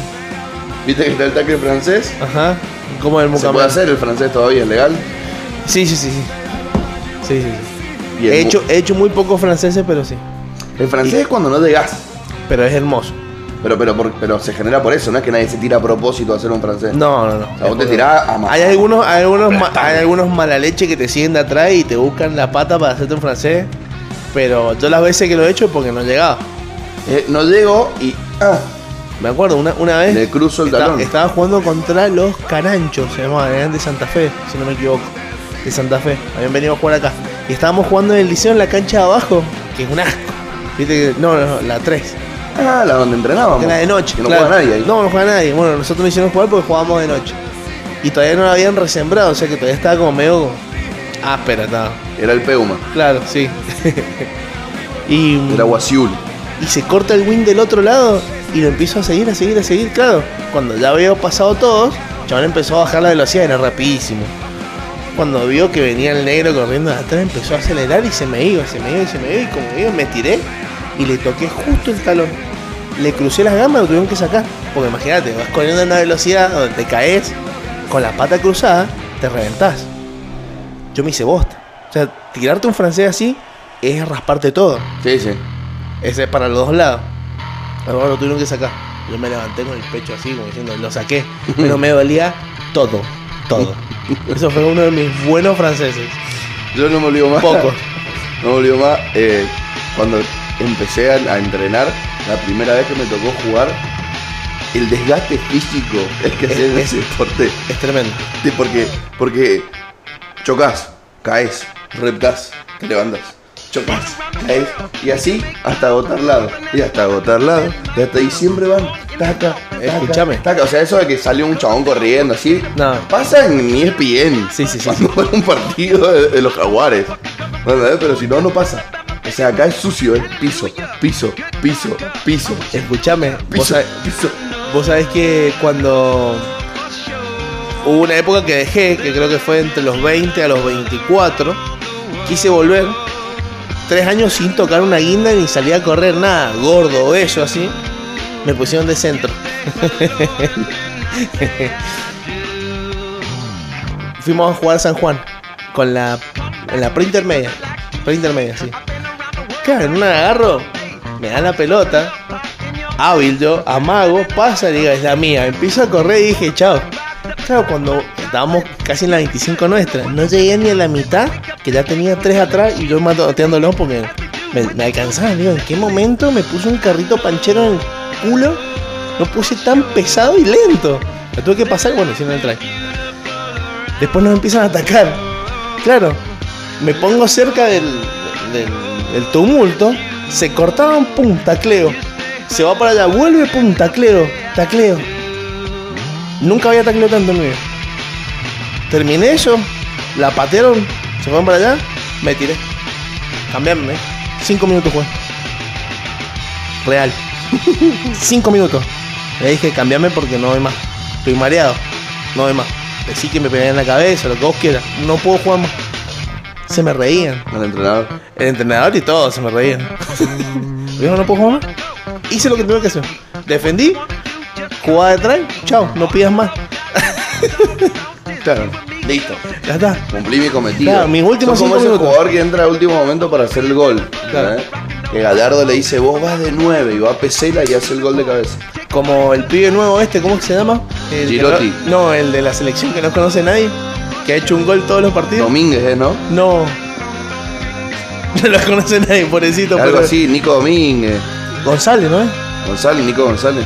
Speaker 1: ¿Viste que está el tackle francés?
Speaker 2: Ajá. ¿Cómo es el
Speaker 1: Se puede
Speaker 2: mucamel?
Speaker 1: hacer el francés todavía, es legal.
Speaker 2: Sí, sí, sí, sí. Sí, sí, sí.
Speaker 1: Y el
Speaker 2: He
Speaker 1: mu-
Speaker 2: hecho, he hecho muy pocos franceses, pero sí.
Speaker 1: El francés es cuando no llegás.
Speaker 2: Pero es hermoso.
Speaker 1: Pero, pero, por- pero se genera por eso, no es que nadie se tira a propósito a hacer un francés.
Speaker 2: No, no, no.
Speaker 1: O sea, vos te tirás a ma-
Speaker 2: Hay algunos, hay algunos, ma- hay algunos mala leche que te siguen de atrás y te buscan la pata para hacerte un francés. Pero yo las veces que lo he hecho es porque no he llegado.
Speaker 1: Eh, no llego y. Ah,
Speaker 2: Me acuerdo, una, una vez.
Speaker 1: Le cruzo el
Speaker 2: esta-
Speaker 1: talón.
Speaker 2: Estaba jugando contra los caranchos, se llamaban, eran de Santa Fe, si no me equivoco. De Santa Fe, habían venido a jugar acá. Y estábamos jugando en el liceo en la cancha de abajo, que es un asco. Viste que. No, no, no, la 3.
Speaker 1: ah, la donde entrenábamos.
Speaker 2: Que era de noche.
Speaker 1: Que no
Speaker 2: claro.
Speaker 1: juega nadie ahí.
Speaker 2: No, no juega nadie. Bueno, nosotros no hicimos jugar porque jugábamos de noche. Y todavía no lo habían resembrado, o sea que todavía estaba como medio áspera, estaba.
Speaker 1: Era el Peuma,
Speaker 2: Claro, sí. <laughs> y,
Speaker 1: era Guasiul.
Speaker 2: y se corta el win del otro lado y lo empiezo a seguir, a seguir, a seguir, claro. Cuando ya veo pasado todos, el chabón empezó a bajar la velocidad, era rapidísimo. Cuando vio que venía el negro corriendo de atrás, empezó a acelerar y se me iba, se me iba y se me iba y como digo, me tiré y le toqué justo el talón. Le crucé las gamas, lo tuvieron que sacar. Porque imagínate, vas corriendo a una velocidad donde te caes, con la pata cruzada, te reventás. Yo me hice bosta. O sea, tirarte un francés así es rasparte todo.
Speaker 1: Sí, sí.
Speaker 2: Ese es para los dos lados. Ahora lo tuvieron que sacar. Yo me levanté con el pecho así, como diciendo, lo saqué. Pero me dolía todo, todo. Eso fue uno de mis buenos franceses.
Speaker 1: Yo no me olvido más.
Speaker 2: Pocos.
Speaker 1: <laughs> No me olvido más. eh, cuando empecé a, a entrenar, la primera vez que me tocó jugar, el desgaste físico es que hacer
Speaker 2: Es-
Speaker 1: ese deporte.
Speaker 2: Es tremendo.
Speaker 1: Sí, porque, porque chocas, caes, reptás, te levantas, chocas, caes, y así hasta agotar lado, y hasta agotar lado, y hasta diciembre van, taca, taca,
Speaker 2: Escúchame.
Speaker 1: taca. O sea, eso de que salió un chabón corriendo así,
Speaker 2: No.
Speaker 1: pasa en E ESPN.
Speaker 2: Sí, sí, sí,
Speaker 1: Cuando <laughs>
Speaker 2: sí.
Speaker 1: juega un partido de, de los jaguares. Bueno, eh, Pero si no, no pasa. O sea, acá es sucio, es piso, piso, piso, piso,
Speaker 2: Escuchame, vos,
Speaker 1: piso,
Speaker 2: sab-
Speaker 1: piso.
Speaker 2: vos sabés que cuando hubo una época que dejé, que creo que fue entre los 20 a los 24, quise volver. Tres años sin tocar una guinda ni salía a correr nada, gordo, obeso, así. Me pusieron de centro. <laughs> Fuimos a jugar San Juan con la en la preintermedia, preintermedia, sí. Claro, en una agarro, me dan la pelota, hábil yo, amago, pasa, digo, es la mía. Empiezo a correr y dije, chao. Claro, cuando estábamos casi en la 25 nuestra, no llegué ni a la mitad, que ya tenía tres atrás y yo matoteándolo porque me, me alcanzaban. Digo, ¿en qué momento me puse un carrito panchero en el culo? Lo puse tan pesado y lento. La tuve que pasar, bueno, hicieron el try. Después nos empiezan a atacar. Claro, me pongo cerca del, del- del tumulto, se cortaban, pum, tacleo. Se va para allá, vuelve, pum, tacleo, tacleo. Nunca había tacleo tanto en mi vida. Terminé yo, la patearon, se fueron para allá, me tiré. Cambiarme, cinco minutos jugué. Real. cinco minutos. Le dije, cambiame porque no doy más. Estoy mareado, no doy más. Decí que me pegué en la cabeza, lo que vos quieras. No puedo jugar más. Se me reían.
Speaker 1: Al entrenador.
Speaker 2: El entrenador y todo se me reían. <laughs> Yo no puedo jugar más. Hice lo que tenía que hacer. Defendí, jugaba detrás, chao, no pidas más.
Speaker 1: Claro. Listo.
Speaker 2: Ya está.
Speaker 1: Cumplí mi cometido.
Speaker 2: Claro, mis últimos
Speaker 1: Son como
Speaker 2: cinco
Speaker 1: ese
Speaker 2: minutos.
Speaker 1: jugador que entra al último momento para hacer el gol.
Speaker 2: Claro.
Speaker 1: ¿eh? Que Gallardo le dice, vos vas de 9 y va a Pesela y hace el gol de cabeza.
Speaker 2: Como el pibe nuevo este, ¿cómo que se llama? El que
Speaker 1: Girotti.
Speaker 2: no, no, el de la selección que no conoce nadie, que ha hecho un gol todos los partidos.
Speaker 1: Domínguez, ¿eh? ¿no?
Speaker 2: No. <laughs> No lo conoce nadie, pobrecito.
Speaker 1: Algo
Speaker 2: pero-
Speaker 1: así, Nico Domínguez.
Speaker 2: González, ¿no es?
Speaker 1: González, Nico González.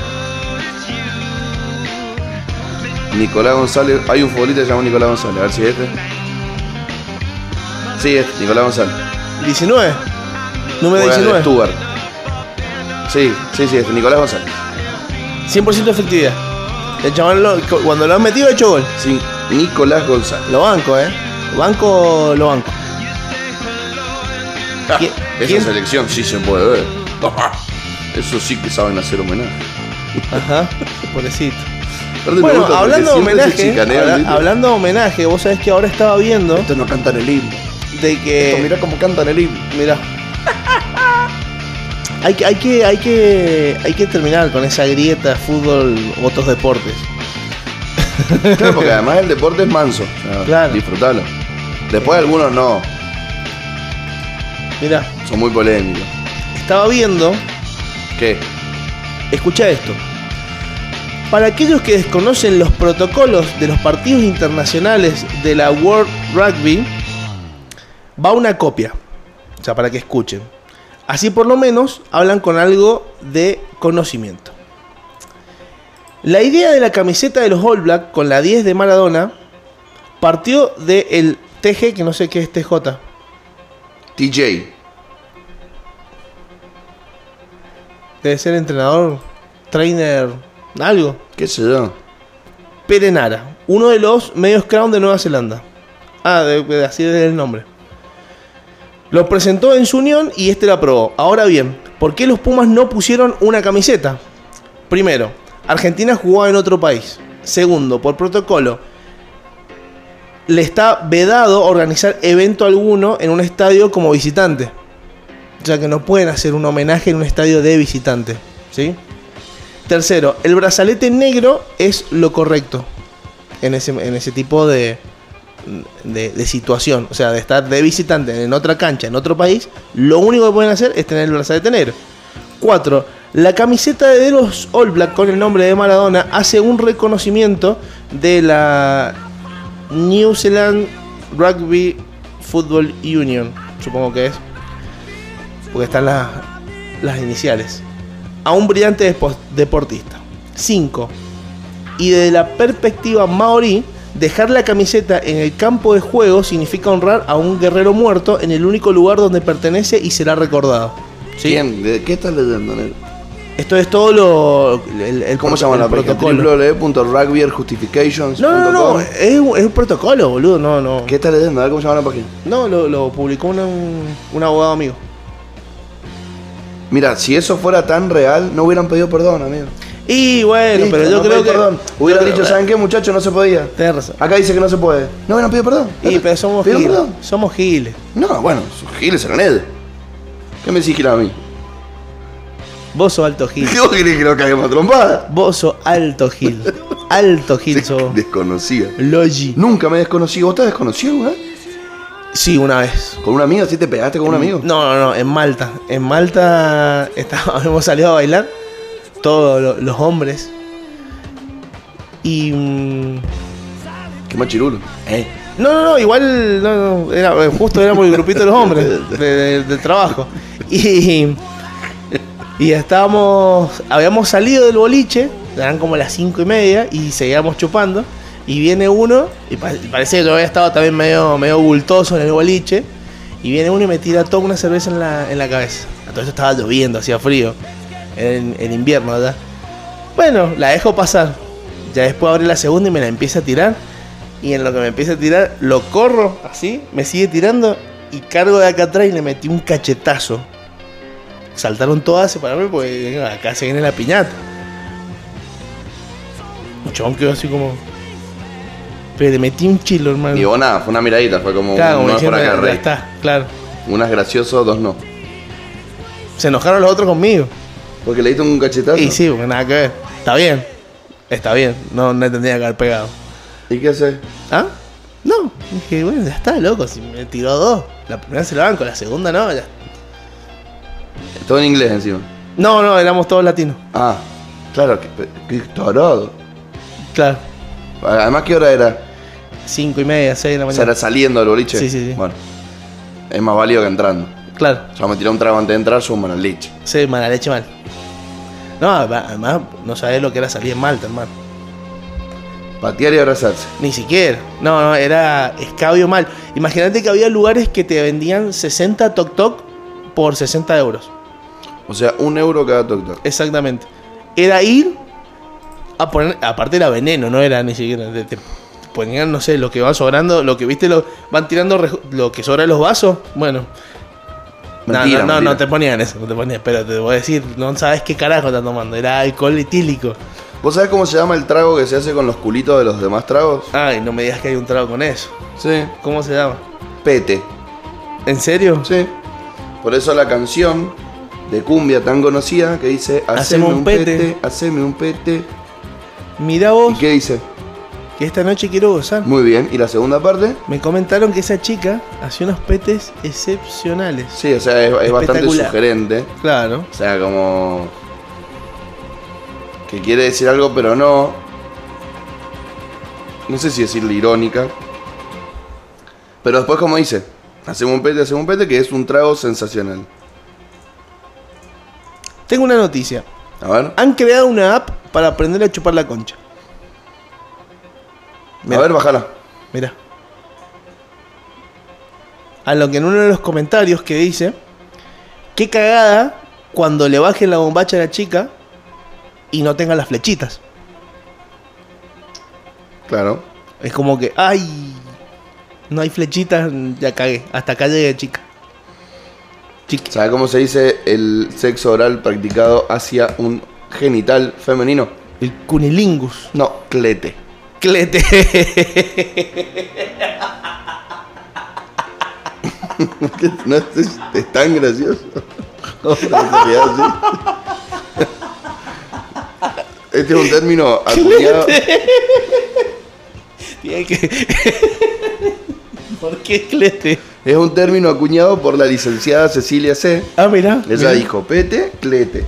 Speaker 1: Nicolás González. Hay un futbolista llamado Nicolás González. A ver si es este. Sí, es Nicolás González.
Speaker 2: 19. Número
Speaker 1: Juega en el
Speaker 2: 19.
Speaker 1: Stuttgart. Sí, sí, sí, este, Nicolás González.
Speaker 2: 100% efectividad. El chaval, lo- cuando lo han metido, ha hecho gol.
Speaker 1: Sí, Nicolás González.
Speaker 2: Lo banco, ¿eh? Banco, lo banco. ¿Qui-
Speaker 1: Ah, Esa
Speaker 2: quién?
Speaker 1: selección sí se puede <laughs> ver. Eso sí que saben hacer homenaje.
Speaker 2: Ajá, pobrecito.
Speaker 1: Aparte me
Speaker 2: Bueno,
Speaker 1: gusta porque
Speaker 2: hablando de
Speaker 1: siempre se
Speaker 2: homenaje,
Speaker 1: chicanean,
Speaker 2: habla-
Speaker 1: ¿viste?
Speaker 2: hablando de homenaje, vos sabés que ahora estaba viendo
Speaker 1: Estos no cantan el himno.
Speaker 2: de
Speaker 1: Estos
Speaker 2: que.
Speaker 1: mirá cómo cantan el himno.
Speaker 2: Mirá. <laughs> Hay que, hay, que, hay, que, hay que terminar con esa grieta fútbol, otros deportes.
Speaker 1: Claro, porque además el deporte es manso. O sea,
Speaker 2: Claro.
Speaker 1: Disfrutalo. Después algunos no,
Speaker 2: Mirá,
Speaker 1: son muy polémicos.
Speaker 2: estaba viendo
Speaker 1: ¿Qué?
Speaker 2: Escucha esto. Para aquellos que desconocen los protocolos de los partidos internacionales de la World Rugby, va una copia. O sea, para que escuchen. Así por lo menos hablan con algo de conocimiento. La idea de la camiseta de los All Black con la 10 de Maradona partió del TG, que no sé qué es TJ.
Speaker 1: TJ.
Speaker 2: Debe ser entrenador, trainer, algo.
Speaker 1: ¿Qué sé yo?
Speaker 2: Perenara, uno de los medios crown de Nueva Zelanda. Ah, de- de- así es el nombre. Lo presentó en su unión y este lo aprobó. Ahora bien, ¿Por qué los Pumas no pusieron una camiseta? Primero, Argentina jugaba en otro país. Segundo, por protocolo, le está vedado organizar evento alguno en un estadio como visitante. O sea que no pueden hacer un homenaje en un estadio de visitante. ¿Sí? Tercero, el brazalete negro es lo correcto en ese, en ese tipo de, de, de situación. O sea, de estar de visitante en otra cancha, en otro país, lo único que pueden hacer es tener el brazalete negro. Cuatro, la camiseta de los All Black con el nombre de Maradona hace un reconocimiento de la New Zealand Rugby Football Union, supongo que es, porque están las, las iniciales, a un brillante despo- deportista. 5. Y desde la perspectiva maorí, dejar la camiseta en el campo de juego significa honrar a un guerrero muerto en el único lugar donde pertenece y será recordado. ¿Sí?
Speaker 1: ¿Quién? ¿De qué estás leyendo, Nel?
Speaker 2: Esto es todo lo. El, el-
Speaker 1: ¿Cómo
Speaker 2: el
Speaker 1: se llama la página?
Speaker 2: protocolo?
Speaker 1: www.rugbyerjustifications.com
Speaker 2: No, no, no, es un, es un protocolo, boludo, no, no.
Speaker 1: ¿Qué estás leyendo? A ver cómo se llama la página.
Speaker 2: No, lo, lo publicó una- un, un abogado amigo.
Speaker 1: Mira, si eso fuera tan real, no hubieran pedido perdón, amigo.
Speaker 2: Y bueno,
Speaker 1: Listo,
Speaker 2: pero yo
Speaker 1: no
Speaker 2: creo
Speaker 1: pedí
Speaker 2: que.
Speaker 1: Perdón. Hubieran dicho, ¿saben qué, muchachos? No se podía.
Speaker 2: Tenés razón.
Speaker 1: Acá dice que no se puede. No hubieran pedido perdón.
Speaker 2: Y pero somos
Speaker 1: ¿Pidieron
Speaker 2: giles.
Speaker 1: perdón?
Speaker 2: Somos giles.
Speaker 1: No, bueno, sus giles eran él. ¿Qué me decís, Gil, a mí?
Speaker 2: Vos sos
Speaker 1: <laughs>
Speaker 2: alto gil.
Speaker 1: ¿Qué vos querés que lo caguemos a trompada?
Speaker 2: Vos sos alto gil. Alto gil sos.
Speaker 1: <laughs> Desconocía.
Speaker 2: Logi.
Speaker 1: Nunca me desconocí. ¿Vos estás desconocido, eh?
Speaker 2: Sí, una vez.
Speaker 1: ¿Con un amigo? ¿Sí te pegaste con un amigo?
Speaker 2: No, no, no, en Malta. En Malta <laughs> estábamos- hemos salido a bailar, todos lo- los hombres. Y. mm,
Speaker 1: Qué machirulo. Eh.
Speaker 2: No, no, no, igual no, no, era, eh, justo éramos el grupito de los hombres de- de- del trabajo. Y, y estábamos, habíamos salido del boliche, eran como las cinco y media y seguíamos chupando. Y viene uno, y pa- parece que yo había estado también medio, medio bultoso en el boliche. Y viene uno y me tira toda una cerveza en la, en la cabeza. A todo esto estaba lloviendo, hacía frío. En, en invierno, ¿verdad? Bueno, la dejo pasar. Ya después abre la segunda y me la empieza a tirar. Y en lo que me empieza a tirar, lo corro así, me sigue tirando y cargo de acá atrás y le metí un cachetazo. Saltaron todas a separarme porque pues, venga, acá se viene la piñata. El chabón quedó así como. Pero le metí un chilo, hermano.
Speaker 1: Y vos nada, fue una miradita, fue como
Speaker 2: Claro, como
Speaker 1: un no es por
Speaker 2: diciendo,
Speaker 1: acá,
Speaker 2: ya
Speaker 1: rey.
Speaker 2: está, claro.
Speaker 1: Unas gracioso, dos no.
Speaker 2: Se enojaron los otros conmigo.
Speaker 1: Porque le diste un cachetazo.
Speaker 2: Y sí, porque nada que ver. Está bien. Está bien. No, no tendría que haber pegado.
Speaker 1: ¿Y qué haces?
Speaker 2: ¿Ah? No. Dije, bueno, ya está, loco. Si me tiró dos. La primera se la banco, la segunda no. ya-
Speaker 1: Todo en inglés encima.
Speaker 2: No, no, éramos todos latinos.
Speaker 1: Ah, claro, qué, qué tarado.
Speaker 2: Claro.
Speaker 1: Además, ¿qué hora era?
Speaker 2: Cinco y media, seis de la
Speaker 1: O sea,
Speaker 2: mañana.
Speaker 1: era saliendo del boliche.
Speaker 2: Sí, sí, sí.
Speaker 1: Bueno, es más válido que entrando.
Speaker 2: Claro.
Speaker 1: Ya me tiré un trago antes de entrar, suman al leche.
Speaker 2: Sí, mala leche mal. No, además además, no sabés lo que era salir en Malta, hermano.
Speaker 1: Patear y abrazarse.
Speaker 2: Ni siquiera. No, no, era escabio mal. Imagínate que había lugares que te vendían 60 toc toc por 60 euros.
Speaker 1: O sea, un euro cada doctor.
Speaker 2: Exactamente. Era ir a poner. Aparte era veneno, no era ni siquiera. Te, te ponían, no sé, lo que va sobrando, lo que viste, lo, van tirando reju- lo que sobra de los vasos. Bueno. No,
Speaker 1: Mentira,
Speaker 2: no, no,
Speaker 1: mentira.
Speaker 2: no te ponían eso, no te ponían, pero te voy a decir, no sabes qué carajo están tomando, era alcohol etílico.
Speaker 1: ¿Vos sabés cómo se llama el trago que se hace con los culitos de los demás tragos?
Speaker 2: Ay, no me digas que hay un trago con eso.
Speaker 1: Sí.
Speaker 2: ¿Cómo se llama?
Speaker 1: Pete.
Speaker 2: ¿En serio?
Speaker 1: Sí. Por eso la canción de cumbia tan conocida que dice Haceme un pete, haceme un pete.
Speaker 2: Mira
Speaker 1: ¿Y
Speaker 2: vos,
Speaker 1: qué dice?
Speaker 2: que esta noche quiero gozar.
Speaker 1: Muy bien. ¿Y la segunda parte?
Speaker 2: Me comentaron que esa chica hacía unos petes excepcionales.
Speaker 1: Sí, o sea, es, es bastante
Speaker 2: Espectacular.
Speaker 1: sugerente.
Speaker 2: Claro.
Speaker 1: O sea, como... Que quiere decir algo, pero no. No sé si decirle irónica. Pero después, como dice, hacemos un pete, hacemos un pete, que es un trago sensacional.
Speaker 2: Tengo una noticia.
Speaker 1: A ver.
Speaker 2: Han creado una app para aprender a chupar la concha.
Speaker 1: A ver, bájala.
Speaker 2: Mirá. A lo que en uno de los comentarios que dice, qué cagada cuando le bajen la bombacha a la chica y no tenga las flechitas.
Speaker 1: Claro.
Speaker 2: Es como que, ay, no hay flechitas, ya cagué. Hasta acá llegué, chica. Chiqui.
Speaker 1: ¿Sabe cómo se dice el sexo oral practicado hacia un genital femenino?
Speaker 2: El cunilingus.
Speaker 1: No, clete.
Speaker 2: Clete.
Speaker 1: ¿Qué?
Speaker 2: <laughs>
Speaker 1: <laughs> No es, es tan gracioso. <laughs> No, en realidad, <laughs> sí. Este es un término acuñado.
Speaker 2: Tiene que... <laughs> ¿Por qué clete?
Speaker 1: Es un término acuñado por la licenciada Cecilia C.
Speaker 2: Ah, mira.
Speaker 1: Ella dijo pete, clete.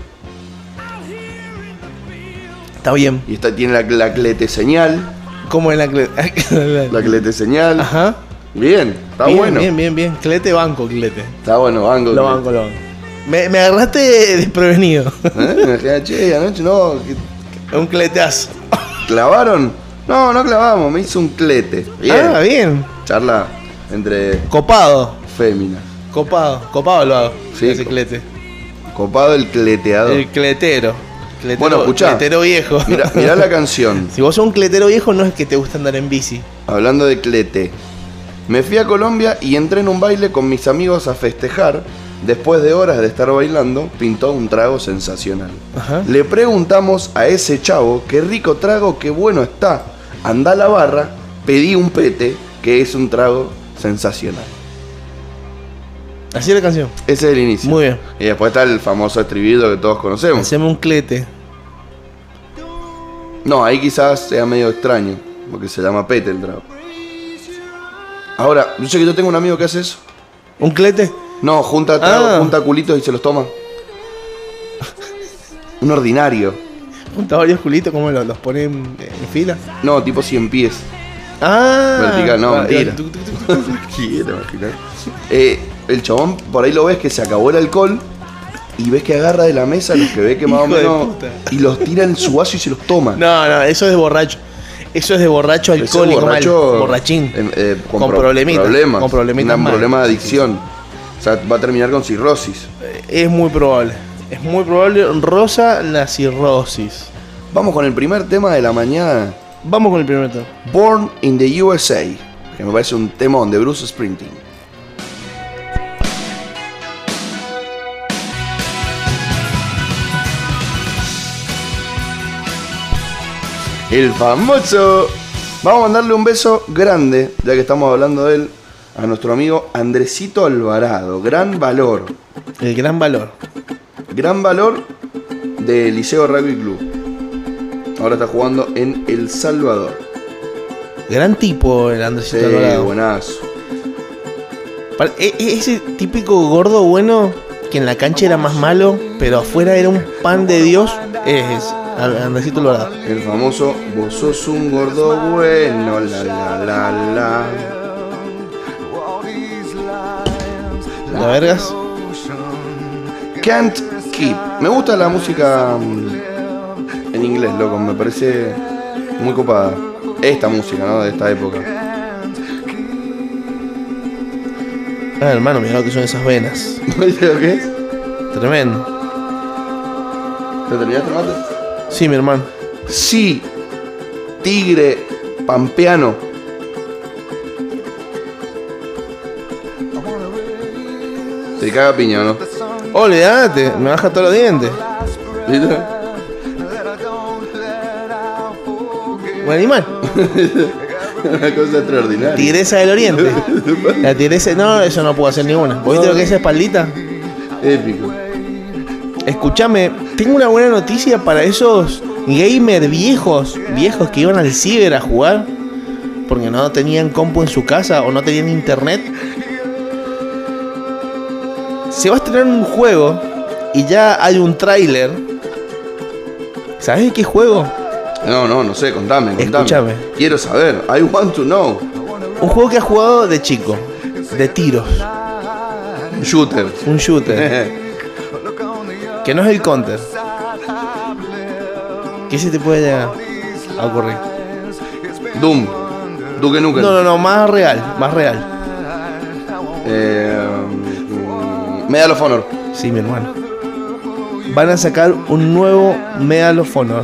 Speaker 2: Está bien.
Speaker 1: Y esta tiene la, la clete señal.
Speaker 2: ¿Cómo es la clete? <laughs>
Speaker 1: La clete señal.
Speaker 2: Ajá.
Speaker 1: Bien, está
Speaker 2: bien,
Speaker 1: bueno.
Speaker 2: Bien, bien, bien. Clete banco, clete.
Speaker 1: Está bueno, banco.
Speaker 2: Lo banco, lo banco. Me, me agarraste desprevenido. <laughs>
Speaker 1: ¿Eh? Me decía, Che, anoche no, que-
Speaker 2: Un cleteazo.
Speaker 1: ¿clavaron? No, no clavamos, me hizo un clete. Bien.
Speaker 2: Ah, bien.
Speaker 1: Charla entre
Speaker 2: Copado.
Speaker 1: féminas.
Speaker 2: Copado. Copado lo hago.
Speaker 1: Sí,
Speaker 2: Ese
Speaker 1: co-
Speaker 2: clete.
Speaker 1: Copado el cleteado.
Speaker 2: El cletero. Cletero-
Speaker 1: Bueno, escuchá.
Speaker 2: Cletero viejo.
Speaker 1: Mirá, mirá la canción.
Speaker 2: <laughs> Si vos sos un cletero viejo, no es que te gusta andar en bici.
Speaker 1: Hablando de clete. Me fui a Colombia y entré en un baile con mis amigos a festejar. Después de horas de estar bailando, pintó un trago sensacional.
Speaker 2: Ajá.
Speaker 1: Le preguntamos a ese chavo, qué rico trago, qué bueno está. Andá a la barra, pedí un pete, que es un trago sensacional.
Speaker 2: Así es la canción.
Speaker 1: Ese es el inicio.
Speaker 2: Muy bien.
Speaker 1: Y después está el famoso estribillo que todos conocemos.
Speaker 2: Hacemos un clete.
Speaker 1: No, ahí quizás sea medio extraño, porque se llama pete el trago. Ahora, yo sé que yo tengo un amigo que hace eso.
Speaker 2: ¿Un clete?
Speaker 1: No, junta trago,
Speaker 2: Ah.
Speaker 1: junta culitos y se los toma. Un ordinario.
Speaker 2: Junta varios culitos, ¿cómo lo- los pone en, en fila?
Speaker 1: No, tipo 100
Speaker 2: <laughs>
Speaker 1: pies.
Speaker 2: Ah.
Speaker 1: Vertical, no,
Speaker 2: Ah,
Speaker 1: mentira.
Speaker 2: tuc, tuc, tuc.
Speaker 1: Quiero imaginar. Eh, el chabón, por ahí lo ves que se acabó el alcohol y ves que agarra de la mesa los que ve que más o
Speaker 2: Hijo de
Speaker 1: menos.
Speaker 2: puta.
Speaker 1: Y los tira en su vaso y se los toma.
Speaker 2: No, no, eso es de borracho. Eso es de borracho
Speaker 1: Ese
Speaker 2: alcohólico, mal,
Speaker 1: borracho,
Speaker 2: borrachín.
Speaker 1: eh, eh, con,
Speaker 2: Con
Speaker 1: pro-
Speaker 2: problemitas,
Speaker 1: Problemas,
Speaker 2: con problemitas
Speaker 1: Un
Speaker 2: mal.
Speaker 1: problema de
Speaker 2: Sí, sí, sí.
Speaker 1: adicción. O sea, va a terminar con cirrosis.
Speaker 2: Es muy probable. Es muy probable. Rosa la cirrosis.
Speaker 1: Vamos con el primer tema de la mañana.
Speaker 2: Vamos con el primer tema.
Speaker 1: Born in the USA. Que me parece un temón de Bruce Springsteen. El famoso. Vamos a mandarle un beso grande, ya que estamos hablando de él, a nuestro amigo Andresito Alvarado. Gran valor.
Speaker 2: El gran valor.
Speaker 1: Gran valor de Liceo Rugby Club. Ahora está jugando en El Salvador.
Speaker 2: Gran tipo el Andresito
Speaker 1: Sí,
Speaker 2: Alvarado.
Speaker 1: buenazo.
Speaker 2: Pare- e- e- Ese típico gordo bueno que en la cancha era más malo, pero afuera era un pan de Dios. Es Al- Andresito Alvarado.
Speaker 1: El famoso Vos sos un gordo bueno, la la la la.
Speaker 2: La vergas.
Speaker 1: Can't keep. Me gusta la música mm, en inglés, loco, me parece muy copada. Esta música, ¿no? De esta época. <laughs>
Speaker 2: Ah, hermano, mira lo que son esas venas.
Speaker 1: ¿No viste lo que es?
Speaker 2: Tremendo.
Speaker 1: ¿Te terminaste el mate?
Speaker 2: Sí, mi hermano.
Speaker 1: Sí, tigre pampeano. Te caga piña, ¿no? <laughs>
Speaker 2: Oh, Olvídate, me baja todos los dientes.
Speaker 1: ¿Viste?
Speaker 2: Un animal.
Speaker 1: Una cosa extraordinaria.
Speaker 2: Tigresa del Oriente. La tigresa. No, eso no puedo hacer ninguna. ¿Vos ¿Viste lo que es esa espaldita?
Speaker 1: <laughs> Épico.
Speaker 2: Escúchame, tengo una buena noticia para esos gamers viejos, viejos que iban al ciber a jugar porque no tenían compu en su casa o no tenían internet. Se va a estrenar un juego y ya hay un tráiler. ¿Sabes de qué juego?
Speaker 1: No, no, no sé, contame, contame.
Speaker 2: Escúchame.
Speaker 1: Quiero saber. I want to know.
Speaker 2: Un juego que has jugado de chico, de tiros,
Speaker 1: Shooter. <laughs>
Speaker 2: un shooter, que no es el counter. ¿Qué se te puede llegar a ocurrir?
Speaker 1: Doom. Duke Nukem.
Speaker 2: No, no, no, más real, más real.
Speaker 1: Eh, mm, Medal of Honor.
Speaker 2: Sí, mi hermano. Van a sacar un nuevo Medal of Honor,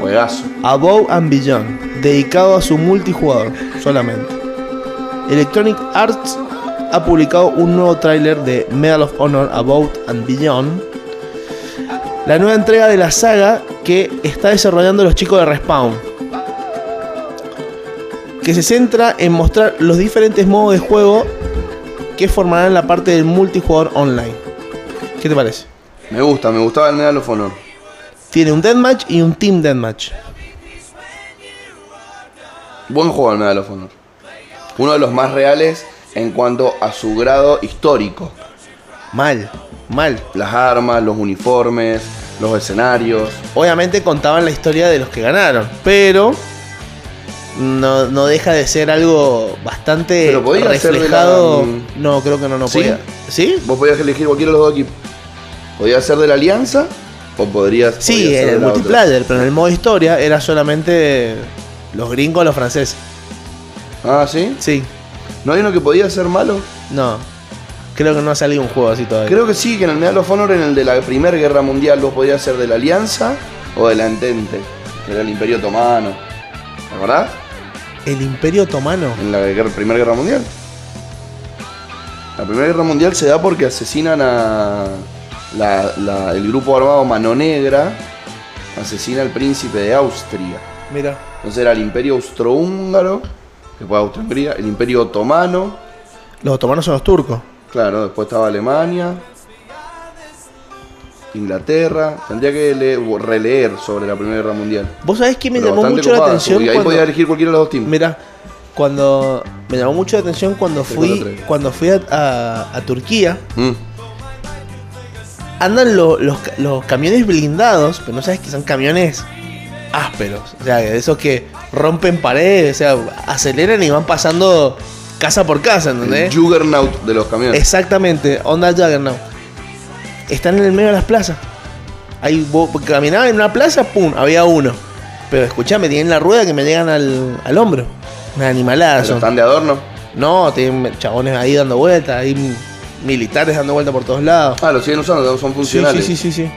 Speaker 1: Juegazo.
Speaker 2: Above and Beyond, dedicado a su multijugador solamente. Electronic Arts ha publicado un nuevo tráiler de Medal of Honor About and Beyond. La nueva entrega de la saga que está desarrollando los chicos de Respawn. Que se centra en mostrar los diferentes modos de juego que formarán la parte del multijugador online. ¿Qué te parece?
Speaker 1: Me gusta, me gustaba el Medal of Honor.
Speaker 2: Tiene un deathmatch y un team deathmatch.
Speaker 1: Buen juego el Medal of Honor. Uno de los más reales en cuanto a su grado histórico.
Speaker 2: Mal, mal.
Speaker 1: Las armas, los uniformes, los escenarios.
Speaker 2: Obviamente contaban la historia de los que ganaron, pero no, no deja de ser algo bastante
Speaker 1: Pero podía ser de
Speaker 2: reflejado.
Speaker 1: la-
Speaker 2: No, creo que no, no
Speaker 1: ¿Sí?
Speaker 2: podía. ¿Sí?
Speaker 1: Vos podías elegir cualquiera de los dos equipos. Podías ser de la alianza o podrías.
Speaker 2: Sí,
Speaker 1: podías ser
Speaker 2: en
Speaker 1: de
Speaker 2: el
Speaker 1: la otra.
Speaker 2: multiplayer, pero en el modo historia era solamente los gringos, los franceses.
Speaker 1: Ah, sí.
Speaker 2: Sí,
Speaker 1: ¿No hay uno que podía ser malo?
Speaker 2: no. Creo que no ha salido un juego así todavía.
Speaker 1: Creo que sí, que en el Medal of Honor, en el de la Primera Guerra Mundial, vos podías ser de la Alianza o de la Entente, que era el Imperio Otomano. ¿Te acordás?
Speaker 2: El Imperio Otomano.
Speaker 1: En la guerra- Primera Guerra Mundial. La Primera Guerra Mundial se da porque asesinan a. la- la- el grupo armado Mano Negra asesina al príncipe de Austria.
Speaker 2: Mira.
Speaker 1: Entonces era el Imperio Austrohúngaro, después Austria-Hungría, el Imperio Otomano,
Speaker 2: Los otomanos son los turcos.
Speaker 1: Claro, después estaba Alemania, Inglaterra. Tendría que le- releer sobre la Primera Guerra Mundial.
Speaker 2: ¿Vos sabés que me
Speaker 1: Pero
Speaker 2: llamó
Speaker 1: bastante
Speaker 2: mucho la
Speaker 1: copada,
Speaker 2: atención?
Speaker 1: porque ahí
Speaker 2: cuando-
Speaker 1: podía elegir cualquiera de los dos teams.
Speaker 2: Mira, cuando me llamó mucho la atención cuando
Speaker 1: Te
Speaker 2: fui
Speaker 1: encontré.
Speaker 2: cuando fui a, a- a Turquía,
Speaker 1: Mm.
Speaker 2: andan lo- los, ca- los camiones blindados, pero no sabes que son camiones ásperos, o sea, de esos que rompen paredes, o sea, aceleran y van pasando casa por casa,
Speaker 1: El
Speaker 2: ¿entendés?
Speaker 1: Juggernaut de los camiones.
Speaker 2: Exactamente, onda Juggernaut. Están en el medio de las plazas. Ahí vos caminabas en una plaza, pum, había uno. Pero escuchame, tienen la rueda que me llegan al, al hombro. Una animalada
Speaker 1: Pero
Speaker 2: son.
Speaker 1: están de adorno.
Speaker 2: No, tienen chabones ahí dando vueltas, hay m- militares dando vueltas por todos lados.
Speaker 1: Ah, los siguen usando, son funcionales.
Speaker 2: Sí, sí, sí, sí, sí.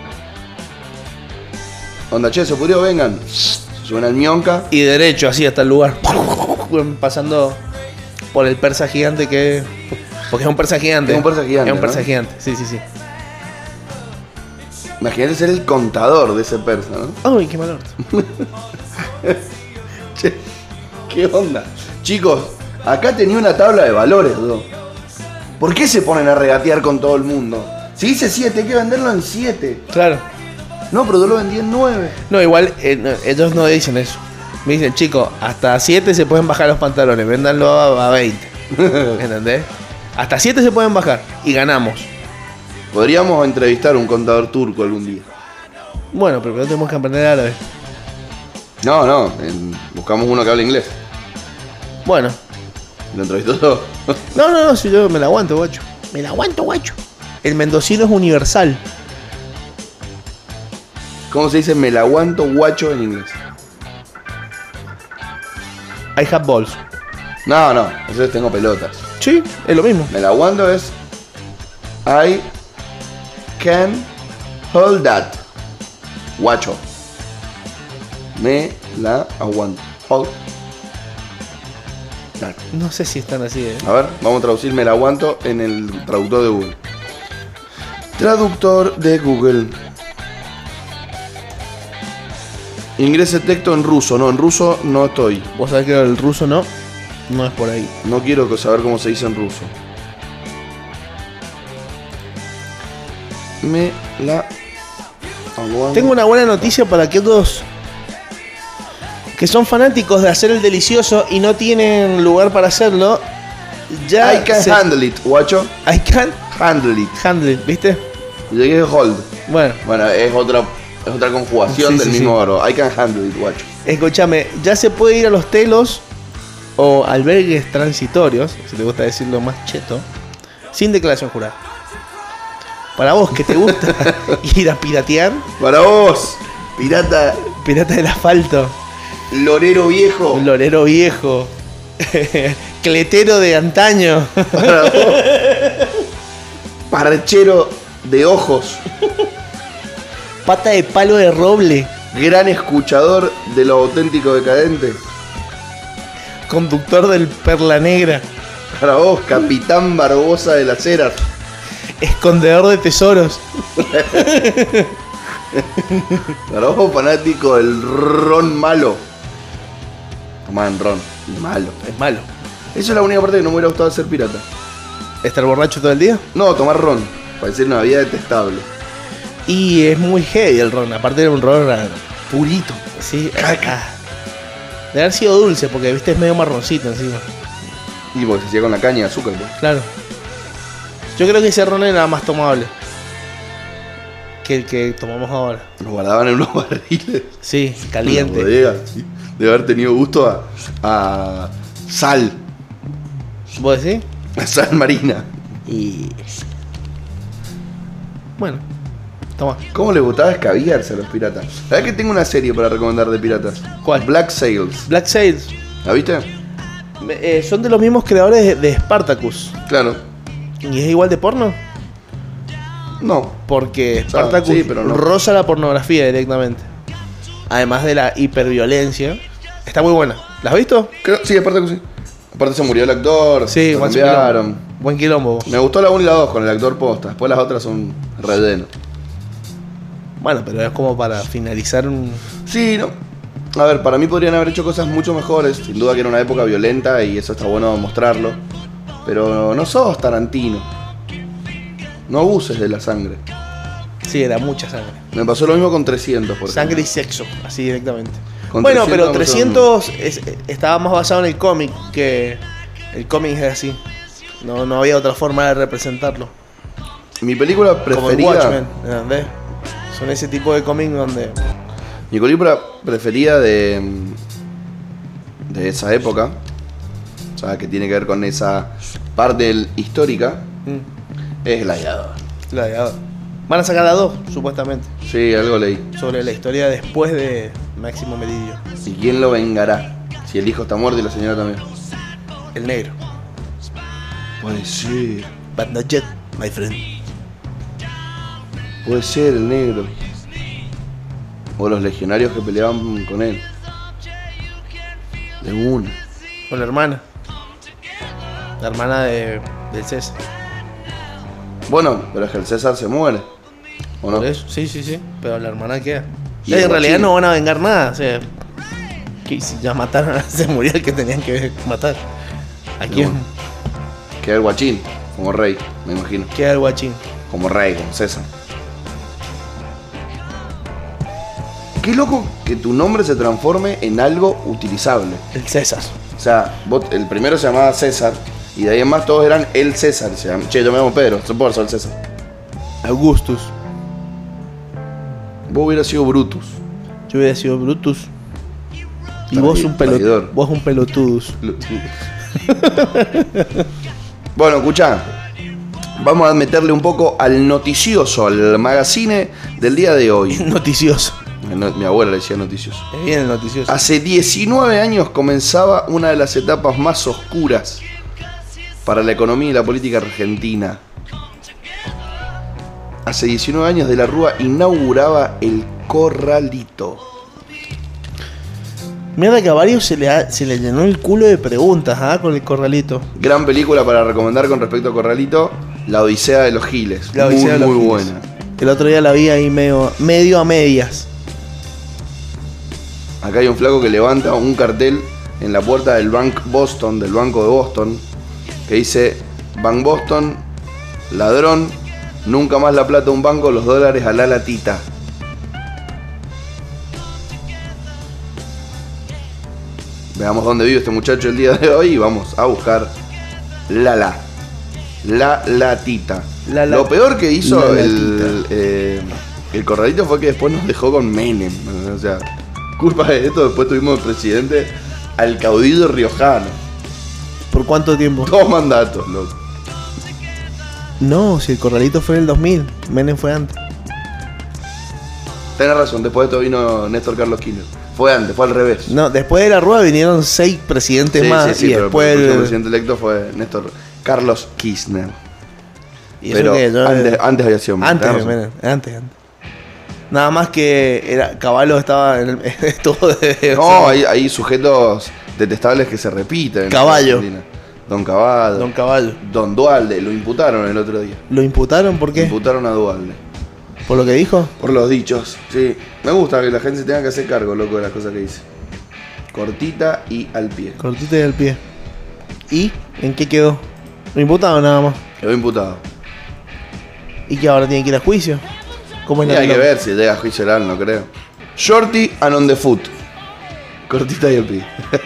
Speaker 1: Onda, che, se pudrió, vengan. Suena el mionca.
Speaker 2: Y derecho, así hasta el lugar. <laughs> Pasando por el persa gigante que. Porque es un persa gigante.
Speaker 1: Es un persa gigante,
Speaker 2: Es un persa
Speaker 1: ¿no?
Speaker 2: gigante, sí, sí, sí.
Speaker 1: Imagínate ser el contador de ese persa, ¿no?
Speaker 2: Ay, qué mal orto.
Speaker 1: Che, ¿qué onda? Chicos, acá tenía una tabla de valores, bro. ¿Por qué se ponen a regatear con todo el mundo? Si dice 7, hay que venderlo en 7.
Speaker 2: Claro.
Speaker 1: No, pero yo lo vendí en 9.
Speaker 2: No, igual eh, no, ellos no dicen eso. Me dicen, chicos, hasta 7 se pueden bajar los pantalones, véndanlo a,
Speaker 1: <laughs>
Speaker 2: a 20. ¿Entendés? Hasta 7 se pueden bajar y ganamos.
Speaker 1: Podríamos entrevistar a un contador turco algún día.
Speaker 2: Bueno, pero primero tenemos que aprender árabe.
Speaker 1: No, no, en- buscamos uno que hable inglés.
Speaker 2: Bueno,
Speaker 1: Lo entrevistó todo.
Speaker 2: No, no, no, si yo me la aguanto, guacho. Me la aguanto, guacho. El mendocino es universal.
Speaker 1: <laughs> ¿Cómo se dice me la aguanto guacho en inglés?
Speaker 2: I have balls.
Speaker 1: No, no, eso es tengo pelotas.
Speaker 2: Sí, es lo mismo.
Speaker 1: Me la aguanto es I can hold that. Guacho. Me la aguanto. Hold that.
Speaker 2: No sé si están así, ¿eh?
Speaker 1: A ver, vamos a traducir me la aguanto en el traductor de Google. Traductor de Google. Ingrese texto en ruso. No, en ruso no estoy.
Speaker 2: Vos sabés que el ruso no. No es por ahí.
Speaker 1: No quiero que- saber cómo se dice en ruso. Me la aguanto.
Speaker 2: Tengo una buena noticia para aquellos que son fanáticos de hacer el delicioso y no tienen lugar para hacerlo. Ya
Speaker 1: I can
Speaker 2: se-
Speaker 1: handle it, guacho.
Speaker 2: I can
Speaker 1: Handle it.
Speaker 2: handle it, ¿viste?
Speaker 1: Llegué a hold.
Speaker 2: Bueno,
Speaker 1: Bueno, es otra, es otra conjugación
Speaker 2: Sí,
Speaker 1: del
Speaker 2: sí,
Speaker 1: mismo verbo. I can handle it, guacho.
Speaker 2: escúchame, ya se puede ir a los telos o albergues transitorios, si te gusta decirlo más cheto, sin declaración jurada. Para vos que te gusta ir a piratear,
Speaker 1: Para vos, pirata,
Speaker 2: pirata del asfalto,
Speaker 1: lorero viejo.
Speaker 2: un lorero viejo, <laughs> cletero de antaño, <laughs>
Speaker 1: Para vos, parchero de ojos.
Speaker 2: pata de palo de roble,
Speaker 1: Gran escuchador de lo auténtico decadente.
Speaker 2: conductor del perla negra,
Speaker 1: Para vos, Capitán Barbosa de las Heras.
Speaker 2: Escondedor de tesoros.
Speaker 1: Para vos, fanático del ron malo. Tomaban ron. Malo.
Speaker 2: Es malo.
Speaker 1: Esa es la única parte que no me hubiera gustado ser pirata.
Speaker 2: ¿Estar borracho todo el día?
Speaker 1: No, tomar ron. Parecía una vida detestable.
Speaker 2: Y es muy heavy el ron. Aparte era un ron ah, purito. Sí. Ah. De haber sido dulce, porque viste es medio marroncito encima.
Speaker 1: Y porque se hacía con la caña de azúcar, pues.
Speaker 2: Claro. Yo creo que ese ron era más tomable. Que el que tomamos ahora.
Speaker 1: Lo guardaban en unos <laughs> barriles.
Speaker 2: Sí,
Speaker 1: Una
Speaker 2: caliente.
Speaker 1: bodega, sí. Debe haber tenido gusto a, a sal.
Speaker 2: ¿Vos decís?
Speaker 1: A sal marina.
Speaker 2: Y. Bueno. Toma.
Speaker 1: ¿Cómo les gustaba escabiarse a los piratas? La verdad que tengo una serie para recomendar de piratas.
Speaker 2: ¿Cuál?
Speaker 1: Black Sails.
Speaker 2: Black Sails.
Speaker 1: ¿La viste?
Speaker 2: eh, son de los mismos creadores de, de Spartacus.
Speaker 1: Claro.
Speaker 2: ¿Y es igual de porno?
Speaker 1: No.
Speaker 2: Porque
Speaker 1: sea,
Speaker 2: Spartacus
Speaker 1: sí, pero no.
Speaker 2: roza la pornografía directamente. Además de la hiperviolencia. Está muy buena. ¿La has visto?
Speaker 1: Creo- sí, aparte que sí. Aparte se murió el actor. lo
Speaker 2: buen
Speaker 1: cambiaron.
Speaker 2: quilombo. Buen quilombo. vos.
Speaker 1: Me gustó la 1 y la 2 con el actor posta. Después las otras son relleno.
Speaker 2: Bueno, pero es como para finalizar un.
Speaker 1: Sí, no. A ver, para mí podrían haber hecho cosas mucho mejores. Sin duda que era una época violenta y eso está bueno mostrarlo. Pero no sos Tarantino. No abuses de la sangre.
Speaker 2: Sí, era mucha sangre.
Speaker 1: Me pasó lo mismo con 300, por
Speaker 2: Sangre y
Speaker 1: ejemplo.
Speaker 2: sexo, así directamente.
Speaker 1: Con 300
Speaker 2: bueno, pero
Speaker 1: más o
Speaker 2: 300 es- estaba más basado en el cómic que. El cómic es así. No, no había otra forma de representarlo.
Speaker 1: Mi película
Speaker 2: Como el
Speaker 1: preferida.
Speaker 2: Watchmen, ¿entendés? Son ese tipo de cómic donde.
Speaker 1: Mi película preferida de. de esa época. O sea, que tiene que ver con esa parte del- histórica.
Speaker 2: Mm,
Speaker 1: Es El Gladiador.
Speaker 2: la de- Van a sacar la 2, supuestamente.
Speaker 1: Sí, algo leí.
Speaker 2: Sobre la historia después de Máximo Meridio.
Speaker 1: ¿Y quién lo vengará? Si el hijo está muerto y la señora también.
Speaker 2: El negro.
Speaker 1: Puede ser.
Speaker 2: But not yet, my friend.
Speaker 1: Puede ser el negro. O los legionarios que peleaban con él. De una.
Speaker 2: Con la hermana. La hermana de, del César.
Speaker 1: Bueno, pero es que el César se muere. ¿O no?
Speaker 2: Por eso, Sí, sí, sí. Pero la hermana queda.
Speaker 1: Y
Speaker 2: Eh,
Speaker 1: el
Speaker 2: en realidad
Speaker 1: guachín.
Speaker 2: no van a vengar nada. O sea, que si ya mataron, <laughs> se murió el que tenían que matar. ¿A quién
Speaker 1: bueno. Queda el guachín. Como rey, me imagino.
Speaker 2: queda el guachín?
Speaker 1: Como rey, como César. Qué loco que tu nombre se transforme en algo utilizable.
Speaker 2: El César.
Speaker 1: O sea, vos- el primero se llamaba César y de ahí en más todos eran el César. Se llaman- che, yo me llamo Pedro, soy por el César.
Speaker 2: Augustus.
Speaker 1: Vos hubieras sido Brutus.
Speaker 2: Yo hubiera sido Brutus. Y
Speaker 1: Traid-
Speaker 2: vos un, pelotudo
Speaker 1: traidor.
Speaker 2: vos un pelotudus.
Speaker 1: <laughs> bueno, escuchá. Vamos a meterle un poco al noticioso, al magazine del día de hoy.
Speaker 2: <laughs> Noticioso.
Speaker 1: No- mi abuela le decía noticioso.
Speaker 2: Es bien el noticioso.
Speaker 1: Hace 19 años comenzaba una de las etapas más oscuras para la economía y la política argentina. Hace 19 años de la Rúa inauguraba el Corralito.
Speaker 2: Mierda que a varios se le, ha- se le llenó el culo de preguntas, ¿ah? Con el corralito.
Speaker 1: Gran película para recomendar con respecto a Corralito, La Odisea de los Giles.
Speaker 2: La
Speaker 1: muy
Speaker 2: Odisea de los
Speaker 1: muy
Speaker 2: Giles.
Speaker 1: buena.
Speaker 2: El otro día la vi ahí medio, medio a medias.
Speaker 1: Acá hay un flaco que levanta un cartel en la puerta del Bank Boston, del Banco de Boston, que dice Bank Boston, ladrón, nunca más la plata a un banco, los dólares a la latita. Veamos dónde vive este muchacho el día de hoy y vamos a buscar Lala. La latita.
Speaker 2: La la-
Speaker 1: Lo peor que hizo
Speaker 2: La
Speaker 1: el, eh, el corralito fue que después nos dejó con Menem. O sea, culpa de esto, después tuvimos de presidente al caudillo riojano.
Speaker 2: ¿Por cuánto tiempo?
Speaker 1: Dos mandatos, loco.
Speaker 2: No, si el corralito fue en el 2000, Menem fue antes.
Speaker 1: Tenés razón, después de esto vino Néstor Carlos Kirchner. Fue antes, fue al revés.
Speaker 2: No, después de la rueda vinieron seis presidentes
Speaker 1: Sí,
Speaker 2: más
Speaker 1: sí, sí,
Speaker 2: y
Speaker 1: pero
Speaker 2: después
Speaker 1: el,
Speaker 2: el-
Speaker 1: presidente electo fue Néstor Carlos Kirchner.
Speaker 2: y eso
Speaker 1: pero
Speaker 2: que yo-
Speaker 1: antes, antes había sido Menem,
Speaker 2: antes,
Speaker 1: tenés
Speaker 2: de
Speaker 1: razón.
Speaker 2: Menem, antes, antes. Nada más que era Caballo estaba en el <laughs> estuvo de
Speaker 1: No, hay, hay sujetos detestables que se repiten. en
Speaker 2: Caballo.
Speaker 1: Argentina. Don Caballo.
Speaker 2: Don
Speaker 1: Don,
Speaker 2: Caballo.
Speaker 1: Dualde, lo imputaron el otro día.
Speaker 2: ¿Lo imputaron por qué?
Speaker 1: Imputaron a Dualde.
Speaker 2: ¿Por lo que dijo?
Speaker 1: Por los dichos, sí. Me gusta que la gente se tenga que hacer cargo, loco, de las cosas que dice. Cortita y al pie.
Speaker 2: Cortite del pie. ¿Y en qué quedó? ¿Lo imputaron nada más?
Speaker 1: Quedó imputado.
Speaker 2: ¿Y que ahora tiene que ir a juicio? ¿Cómo es
Speaker 1: Y
Speaker 2: la
Speaker 1: hay que
Speaker 2: pelota?
Speaker 1: ver si llega a juicio oral, no creo. Shorty and on the foot. Cortita y al pie. <laughs>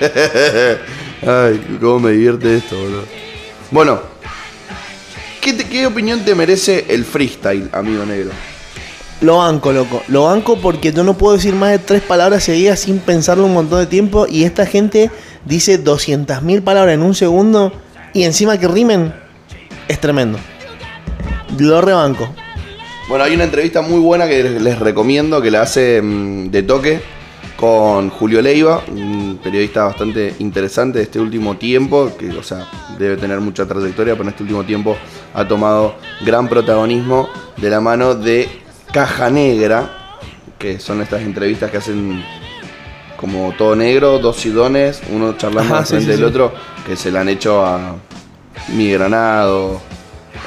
Speaker 1: Ay, cómo me divierte esto, boludo. Bueno, ¿qué, te- ¿qué opinión te merece el freestyle, amigo negro?
Speaker 2: Lo banco, loco. Lo banco porque yo no puedo decir más de tres palabras seguidas sin pensarlo un montón de tiempo y esta gente dice 200.000 palabras en un segundo y encima que rimen es tremendo. Lo rebanco.
Speaker 1: Bueno, hay una entrevista muy buena que les les recomiendo, que la hace mm, de toque con Julio Leiva, un periodista bastante interesante de este último tiempo, que o sea, debe tener mucha trayectoria, pero en este último tiempo ha tomado gran protagonismo de la mano de Caja Negra, que son estas entrevistas que hacen como todo negro, dos sidones, uno charlando
Speaker 2: Ajá,
Speaker 1: al
Speaker 2: sí,
Speaker 1: frente
Speaker 2: sí,
Speaker 1: del
Speaker 2: sí.
Speaker 1: otro, que se la han hecho a Mi Granado,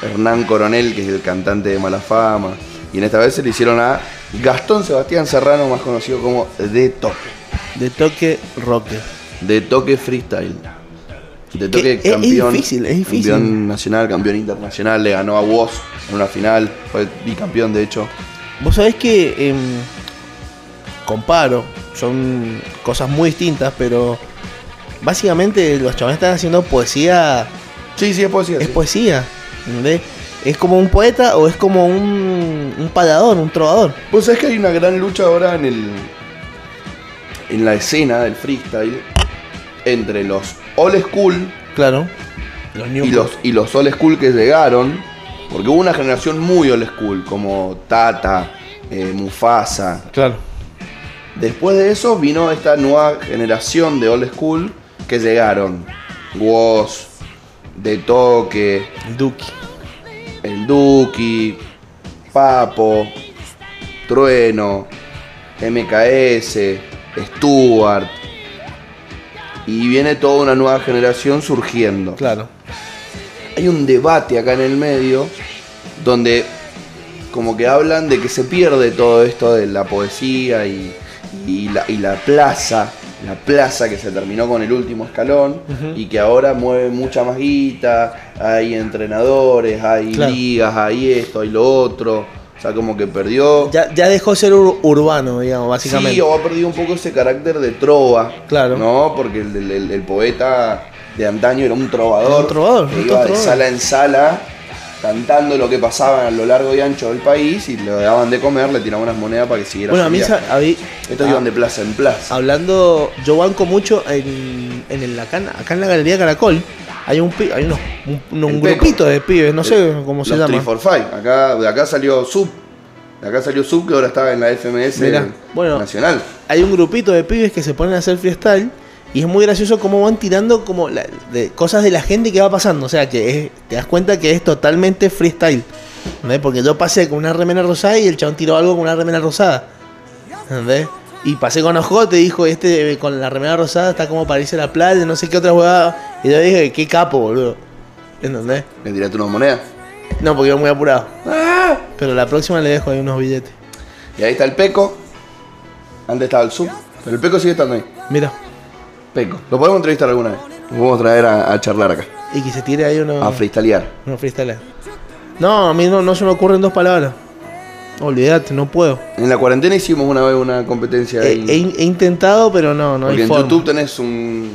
Speaker 1: Hernán Coronel, que es el cantante de Mala Fama. Y en esta vez se le hicieron a Gastón Sebastián Serrano, más conocido como De Toque.
Speaker 2: De toque roque.
Speaker 1: De Toque Freestyle. De
Speaker 2: Que
Speaker 1: Toque
Speaker 2: es- es
Speaker 1: campeón.
Speaker 2: difícil, es difícil.
Speaker 1: Campeón nacional, campeón internacional. Le ganó a Woz en una final. Fue bicampeón, de hecho.
Speaker 2: Vos sabés que em, comparo, son cosas muy distintas, pero básicamente los chavales están haciendo poesía
Speaker 1: Sí, sí, es poesía.
Speaker 2: es
Speaker 1: sí.
Speaker 2: poesía. ¿entendés? Es como un poeta o es como un, un palador, un trovador.
Speaker 1: Vos sabés que hay una gran lucha ahora en el. en la escena del freestyle. Entre los old school
Speaker 2: Claro. Los
Speaker 1: y los, y los old school que llegaron. Porque hubo una generación muy old school, como Tata, eh, Mufasa.
Speaker 2: Claro.
Speaker 1: Después de eso vino esta nueva generación de old school que llegaron. Woz, De Toque,
Speaker 2: Duki.
Speaker 1: el Duki, Papo, Trueno, MKS, Stuart. Y viene toda una nueva generación surgiendo.
Speaker 2: Claro.
Speaker 1: Hay un debate acá en el medio donde como que hablan de que se pierde todo esto de la poesía y, y la, y la plaza. La plaza que se terminó con el último escalón
Speaker 2: Ujú.
Speaker 1: y que ahora mueve mucha más guita, hay entrenadores, hay
Speaker 2: Claro.
Speaker 1: ligas, hay esto, hay lo otro. O sea, como que perdió.
Speaker 2: Ya, ya dejó ser ur- urbano, digamos, básicamente.
Speaker 1: Sí, o ha perdido un poco ese carácter de trova.
Speaker 2: Claro.
Speaker 1: ¿No? Porque el, el- el- el poeta de antaño era un trovador.
Speaker 2: Era un trovador,
Speaker 1: que
Speaker 2: era un
Speaker 1: iba de
Speaker 2: trovador.
Speaker 1: sala en sala cantando lo que pasaba a lo largo y ancho del país y le daban de comer, le tiraban unas monedas para que siguiera.
Speaker 2: bueno,
Speaker 1: su
Speaker 2: a mí, Ah,
Speaker 1: viaje.
Speaker 2: sa- a mí-
Speaker 1: Estos
Speaker 2: ah,
Speaker 1: iban de plaza en plaza.
Speaker 2: hablando, yo banco mucho en, en el, acá, en- acá en la Galería Caracol. Hay un pi- hay unos, un, un
Speaker 1: El Peco.
Speaker 2: grupito de pibes, no sé
Speaker 1: Eh,
Speaker 2: cómo se
Speaker 1: los
Speaker 2: llama.
Speaker 1: 345. Acá, de acá salió Sub. De acá salió Sub que ahora está en la FMS
Speaker 2: Mirá, bueno.
Speaker 1: Nacional.
Speaker 2: hay un grupito de pibes que se ponen a hacer freestyle y es muy gracioso cómo van tirando como la- de cosas de la gente que va pasando. O sea, que es- te das cuenta que es totalmente freestyle. ¿entendés? Porque yo pasé con una remera rosada y el chabón tiró algo con una remera rosada. ¿entendés? Y pasé con Ojote y dijo, este eh, con la remera rosada está como para irse a la playa, no sé qué otra huevada. Y yo dije, qué capo, boludo. ¿Entendés?
Speaker 1: Le tiraste unas monedas.
Speaker 2: No, porque iba muy apurado. Pero la próxima le dejo ahí unos billetes.
Speaker 1: Y ahí está el Peco. Antes estaba el Sub. Pero el Peco sigue estando ahí.
Speaker 2: Mira.
Speaker 1: Peco. Lo podemos entrevistar alguna vez. Lo podemos traer a, a charlar acá.
Speaker 2: Y que se tire ahí unos...
Speaker 1: A freestylear.
Speaker 2: No, freestyle. No, a mí no, no se me ocurren dos palabras. Olvídate, no puedo.
Speaker 1: En la cuarentena hicimos una vez una competencia
Speaker 2: He,
Speaker 1: ahí.
Speaker 2: he in- he intentado, pero no, no
Speaker 1: porque en
Speaker 2: hay eh, forma.
Speaker 1: YouTube tenés un.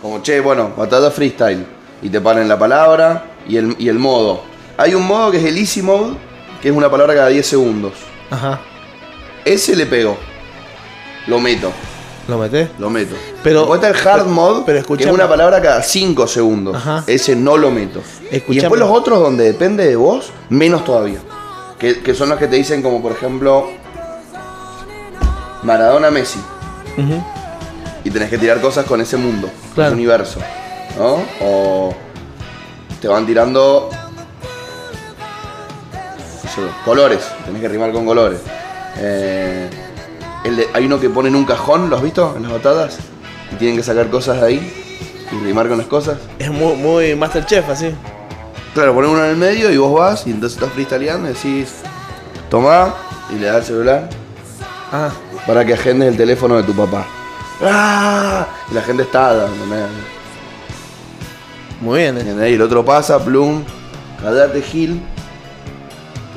Speaker 1: Como che, bueno, batalla freestyle. Y te ponen la palabra y el, y el modo. Hay un modo que es el easy mode, que es una palabra cada 10 segundos.
Speaker 2: Ajá,
Speaker 1: Ese le pego. Lo meto,
Speaker 2: lo meté.
Speaker 1: lo meto.
Speaker 2: Pero-
Speaker 1: Después está el hard
Speaker 2: pero-
Speaker 1: mode,
Speaker 2: pero
Speaker 1: que es
Speaker 2: escuchame.
Speaker 1: una palabra cada 5 segundos.
Speaker 2: Ajá.
Speaker 1: Ese no lo meto. Y
Speaker 2: Escuchame.
Speaker 1: después los otros donde depende de vos, menos todavía. Que, que son los que te dicen como por ejemplo Maradona Messi.
Speaker 2: Ujú.
Speaker 1: y tenés que tirar cosas con ese mundo,
Speaker 2: Claro.
Speaker 1: ese universo, ¿no? O te van tirando qué sé yo, colores, tenés que rimar con colores. Eh, el de- hay uno que pone en un cajón, ¿lo has visto? En las batadas, y tienen que sacar cosas de ahí. y rimar con las cosas.
Speaker 2: Es muy, muy Masterchef así.
Speaker 1: Claro, poner uno en el medio y vos vas y entonces estás freestyleando y decís, tomá y le das el celular
Speaker 2: Ah,
Speaker 1: para que agendes el teléfono de tu papá. ¡Ah! Y la gente está dando, ¿no?
Speaker 2: muy bien. eh.
Speaker 1: ¿Entendés? Y el otro pasa, plum, cadate Gil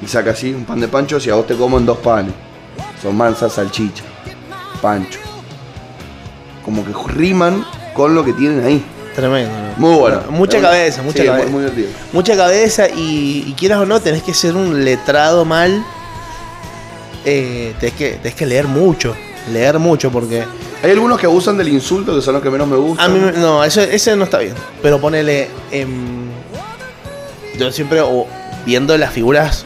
Speaker 1: y saca así un pan de panchos y a vos te comen dos panes. Son mansas, salchicha, pancho. Como que riman con lo que tienen ahí.
Speaker 2: Tremendo. ¿no?
Speaker 1: Muy bueno.
Speaker 2: Mucha
Speaker 1: Eh,
Speaker 2: cabeza, mucha
Speaker 1: sí,
Speaker 2: cabeza.
Speaker 1: Muy, muy divertido.
Speaker 2: mucha cabeza y, y quieras o no, tenés que ser un letrado mal. Eh, tenés, que, tenés que leer mucho, leer mucho porque...
Speaker 1: Hay algunos que abusan del insulto, que son los que menos me gustan.
Speaker 2: A mí, me- no, eso, ese no está bien. Pero ponele... em, yo siempre o, viendo las figuras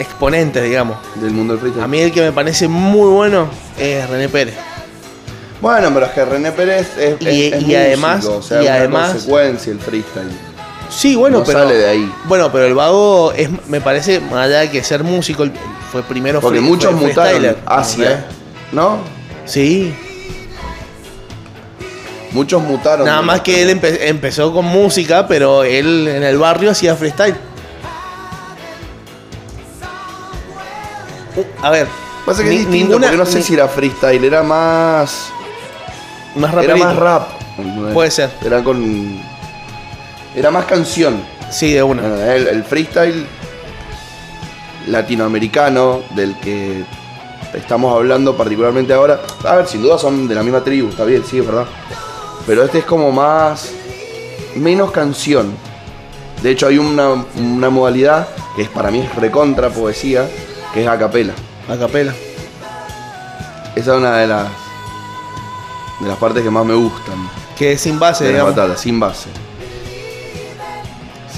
Speaker 2: exponentes, digamos.
Speaker 1: Del mundo del freestyle.
Speaker 2: A mí el que me parece muy bueno es René Pérez.
Speaker 1: Bueno, pero es que René Pérez es,
Speaker 2: Y-
Speaker 1: es- es
Speaker 2: y además-
Speaker 1: músico, o sea,
Speaker 2: y
Speaker 1: es una
Speaker 2: además-
Speaker 1: consecuencia el freestyle.
Speaker 2: Sí, bueno,
Speaker 1: No
Speaker 2: pero...
Speaker 1: sale de ahí.
Speaker 2: Bueno, pero el vago es, me parece, más allá de que ser músico, el- fue primero
Speaker 1: Porque
Speaker 2: free-
Speaker 1: muchos
Speaker 2: fue
Speaker 1: mutaron
Speaker 2: freestyler,
Speaker 1: hacia,
Speaker 2: ¿entendés?
Speaker 1: ¿no?
Speaker 2: Sí,
Speaker 1: Muchos mutaron.
Speaker 2: Nada más que él empe- empezó con música, pero él en el barrio hacía freestyle. Uh, a ver,
Speaker 1: Pasa que
Speaker 2: ni-
Speaker 1: es distinto,
Speaker 2: ninguna-
Speaker 1: porque no sé
Speaker 2: ni-
Speaker 1: si era freestyle, era más.
Speaker 2: más
Speaker 1: Era
Speaker 2: raperito.
Speaker 1: más rap. ¿entendés?
Speaker 2: Puede ser.
Speaker 1: Era con. Era más canción.
Speaker 2: Sí, de una.
Speaker 1: ¿entendés? El, el freestyle latinoamericano del que estamos hablando particularmente ahora. A ver, sin duda son de la misma tribu, está bien, sí, es verdad. Pero este es como más. menos canción. De hecho, hay una, una modalidad que es, para mí es recontra poesía, que es a capela.
Speaker 2: A capela.
Speaker 1: Esa es una de las de las partes que más me gustan
Speaker 2: Que es sin base,
Speaker 1: de las
Speaker 2: digamos.
Speaker 1: batatas, sin base.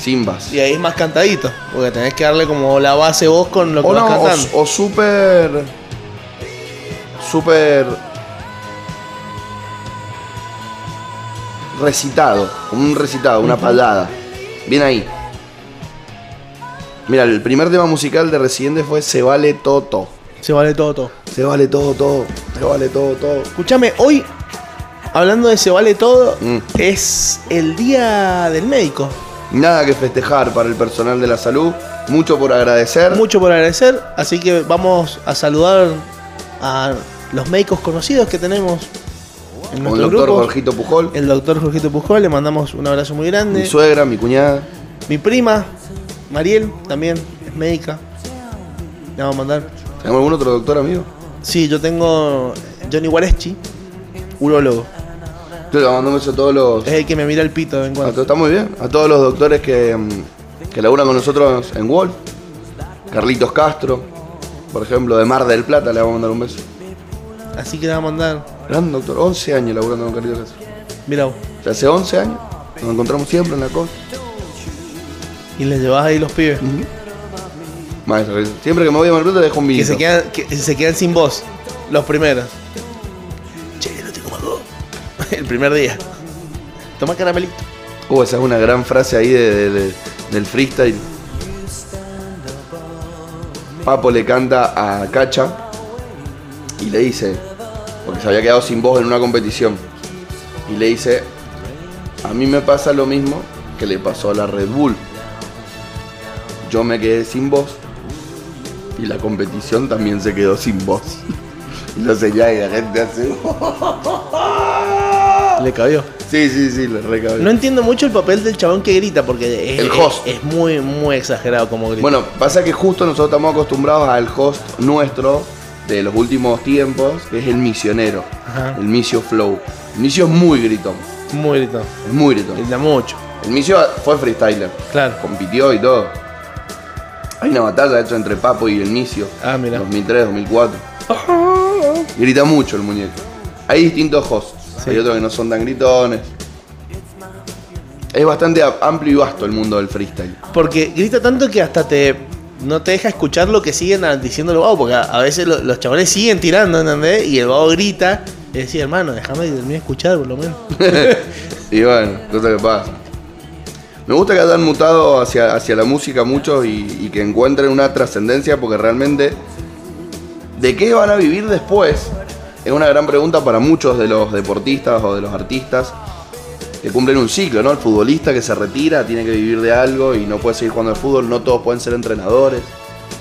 Speaker 1: Sin
Speaker 2: Y
Speaker 1: base.
Speaker 2: ahí es más cantadito. Porque tenés que darle como la base vos con lo que
Speaker 1: O
Speaker 2: vas
Speaker 1: no, o,
Speaker 2: cantando.
Speaker 1: o súper. Súper. Recitado, como un recitado, una palada. Bien ahí. Mira, el primer tema musical de Residente fue Se vale Toto.
Speaker 2: Se vale todo, todo.
Speaker 1: Se vale todo, todo. Se vale todo, todo.
Speaker 2: Escuchame, hoy, hablando de se vale todo,
Speaker 1: Mm.
Speaker 2: es el día del médico.
Speaker 1: Nada que festejar para el personal de la salud. Mucho por agradecer.
Speaker 2: mucho por agradecer, así que vamos a saludar a los médicos conocidos que tenemos
Speaker 1: con
Speaker 2: en
Speaker 1: el
Speaker 2: nuestro
Speaker 1: doctor
Speaker 2: grupo.
Speaker 1: Jorgito Pujol.
Speaker 2: El doctor Jorgito Pujol, le mandamos un abrazo muy
Speaker 1: Mi
Speaker 2: grande.
Speaker 1: suegra, mi cuñada.
Speaker 2: Mi prima, Mariel, también es médica. Le vamos a mandar.
Speaker 1: ¿Tenemos algún otro doctor amigo?
Speaker 2: Sí, yo tengo Johnny Guareschi, urólogo.
Speaker 1: Yo le mando un beso a todos los.
Speaker 2: Es el que me mira el pito de vez
Speaker 1: a
Speaker 2: en
Speaker 1: to-
Speaker 2: cuando.
Speaker 1: está muy bien. A todos los doctores que, mm, que laburan con nosotros en Wolf. Carlitos Castro, por ejemplo, de Mar del Plata, le vamos a mandar un beso.
Speaker 2: Así que le vamos a mandar.
Speaker 1: Gran doctor, 11 años laburando con Carlitos Castro.
Speaker 2: Mira vos.
Speaker 1: O sea, hace 11 años, nos encontramos siempre en la costa.
Speaker 2: Y les llevas ahí los pibes.
Speaker 1: Maestro, siempre que me voy a Mar del Plata dejo un
Speaker 2: Que
Speaker 1: vinito.
Speaker 2: se, quedan, que se quedan sin voz. Los primeros. Che, no tengo más voz. <laughs> El primer día. Toma caramelito.
Speaker 1: Uh, esa es una gran frase ahí de- de- de- del freestyle. Papo le canta a Cacha y le dice, porque se había quedado sin voz en una competición, y le dice, a mí me pasa lo mismo que le pasó a la Red Bull. Yo me quedé sin voz y la competición también se quedó sin voz. <laughs> Y lo señala y la gente hace...
Speaker 2: Le cabió.
Speaker 1: Sí, sí, sí, le recabe.
Speaker 2: No entiendo mucho el papel del chabón que grita porque es,
Speaker 1: El host.
Speaker 2: es, es muy, muy exagerado como grita.
Speaker 1: Bueno, pasa que justo nosotros estamos acostumbrados al host nuestro de los últimos tiempos, que es el misionero,
Speaker 2: Ajá.
Speaker 1: el misio flow. El misio es muy gritón,
Speaker 2: Muy grito.
Speaker 1: es muy gritón.
Speaker 2: Grita mucho.
Speaker 1: El misio fue freestyler,
Speaker 2: Claro.
Speaker 1: compitió y todo. Hay una batalla hecha entre Papo y el misio,
Speaker 2: Ah, mira.
Speaker 1: 2003, 2004.
Speaker 2: <laughs>
Speaker 1: Grita mucho el muñeco. Hay distintos hosts,
Speaker 2: Sí.
Speaker 1: hay otros que no son tan gritones. Es bastante a- amplio y vasto el mundo del freestyle.
Speaker 2: Porque grita tanto que hasta te. No te deja escuchar lo que siguen a- diciendo los vagos, porque a, a veces lo- los chabones siguen tirando, ¿entendés? Y el vago grita. Y decía, hermano, déjame terminar de escuchar por lo menos.
Speaker 1: y bueno, cosa que pasa. Me gusta que hayan mutado hacia, hacia la música muchos y, y que encuentren una trascendencia porque realmente de qué van a vivir después es una gran pregunta para muchos de los deportistas o de los artistas que cumplen un ciclo, ¿no? El futbolista que se retira tiene que vivir de algo y no puede seguir jugando al fútbol, no todos pueden ser entrenadores,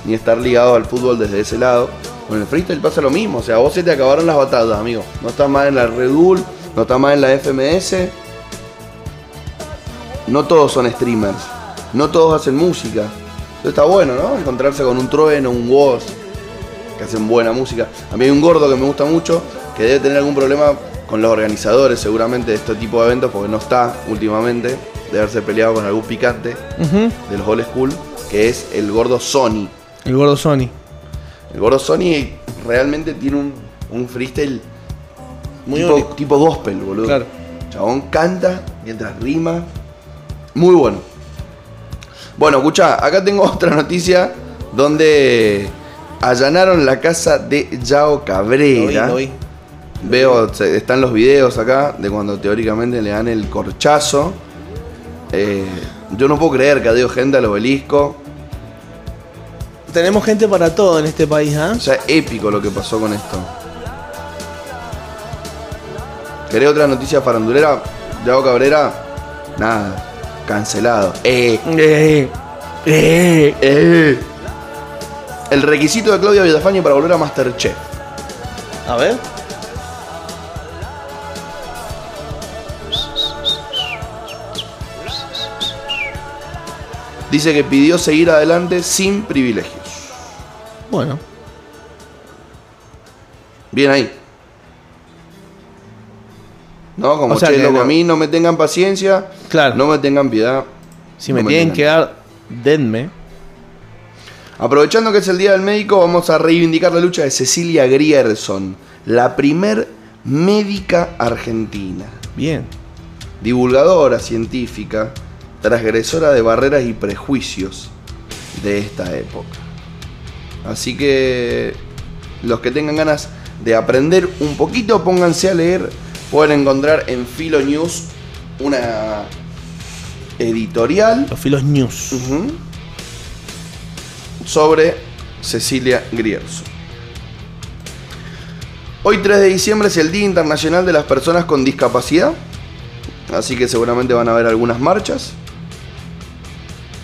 Speaker 1: ni estar ligados al fútbol desde ese lado. Con el freestyle pasa lo mismo, o sea, vos se te acabaron las batallas, amigo. No estás más en la Red Bull, no estás más en la FMS. No todos son streamers, no todos hacen música. Entonces está bueno, ¿no? Encontrarse con un trueno, un woz, que hacen buena música. A mí hay un gordo que me gusta mucho, que debe tener algún problema con los organizadores seguramente de este tipo de eventos, porque no está últimamente, de haberse peleado con algún picante
Speaker 2: Ujú.
Speaker 1: de los old school, que es el gordo Sony.
Speaker 2: El gordo Sony.
Speaker 1: El gordo Sony realmente tiene un, un freestyle
Speaker 2: Muy
Speaker 1: tipo,
Speaker 2: único.
Speaker 1: tipo gospel, boludo.
Speaker 2: Claro.
Speaker 1: Chabón canta mientras rima. Muy bueno. Bueno, escucha, acá tengo <laughs> otra noticia donde allanaron la casa de Yao
Speaker 2: Lo vi,
Speaker 1: Cabrera.
Speaker 2: lo vi.
Speaker 1: Veo, se- están los videos acá de cuando teóricamente le dan el corchazo. Eh, yo no puedo creer que adiós gente al obelisco.
Speaker 2: Tenemos gente para todo en este país, ¿ah?
Speaker 1: O sea, épico lo que pasó con esto. ¿Querés otra noticia farandulera? Yago Cabrera, nada, cancelado. Eh,
Speaker 2: Eh, eh.
Speaker 1: eh. El requisito de Claudia Villafañe para volver a Masterchef.
Speaker 2: A ver.
Speaker 1: Dice que pidió seguir adelante sin privilegios.
Speaker 2: Bueno.
Speaker 1: Bien ahí. No, como
Speaker 2: O sea
Speaker 1: che,
Speaker 2: que
Speaker 1: loco,
Speaker 2: no-
Speaker 1: a mí no me tengan paciencia,
Speaker 2: Claro.
Speaker 1: no me tengan piedad.
Speaker 2: si
Speaker 1: no
Speaker 2: me tienen
Speaker 1: tengan-
Speaker 2: que dar, denme.
Speaker 1: Aprovechando que es el Día del Médico, vamos a reivindicar la lucha de Cecilia Grierson, la primer médica argentina,
Speaker 2: Bien.
Speaker 1: divulgadora científica, transgresora de barreras y prejuicios de esta época. Así que los que tengan ganas de aprender un poquito, pónganse a leer. Pueden encontrar en Filo News una editorial
Speaker 2: Los filos news.
Speaker 1: Ujú. sobre Cecilia Grierzo. Hoy 3 de diciembre es el Día Internacional de las Personas con Discapacidad, así que seguramente van a haber algunas marchas.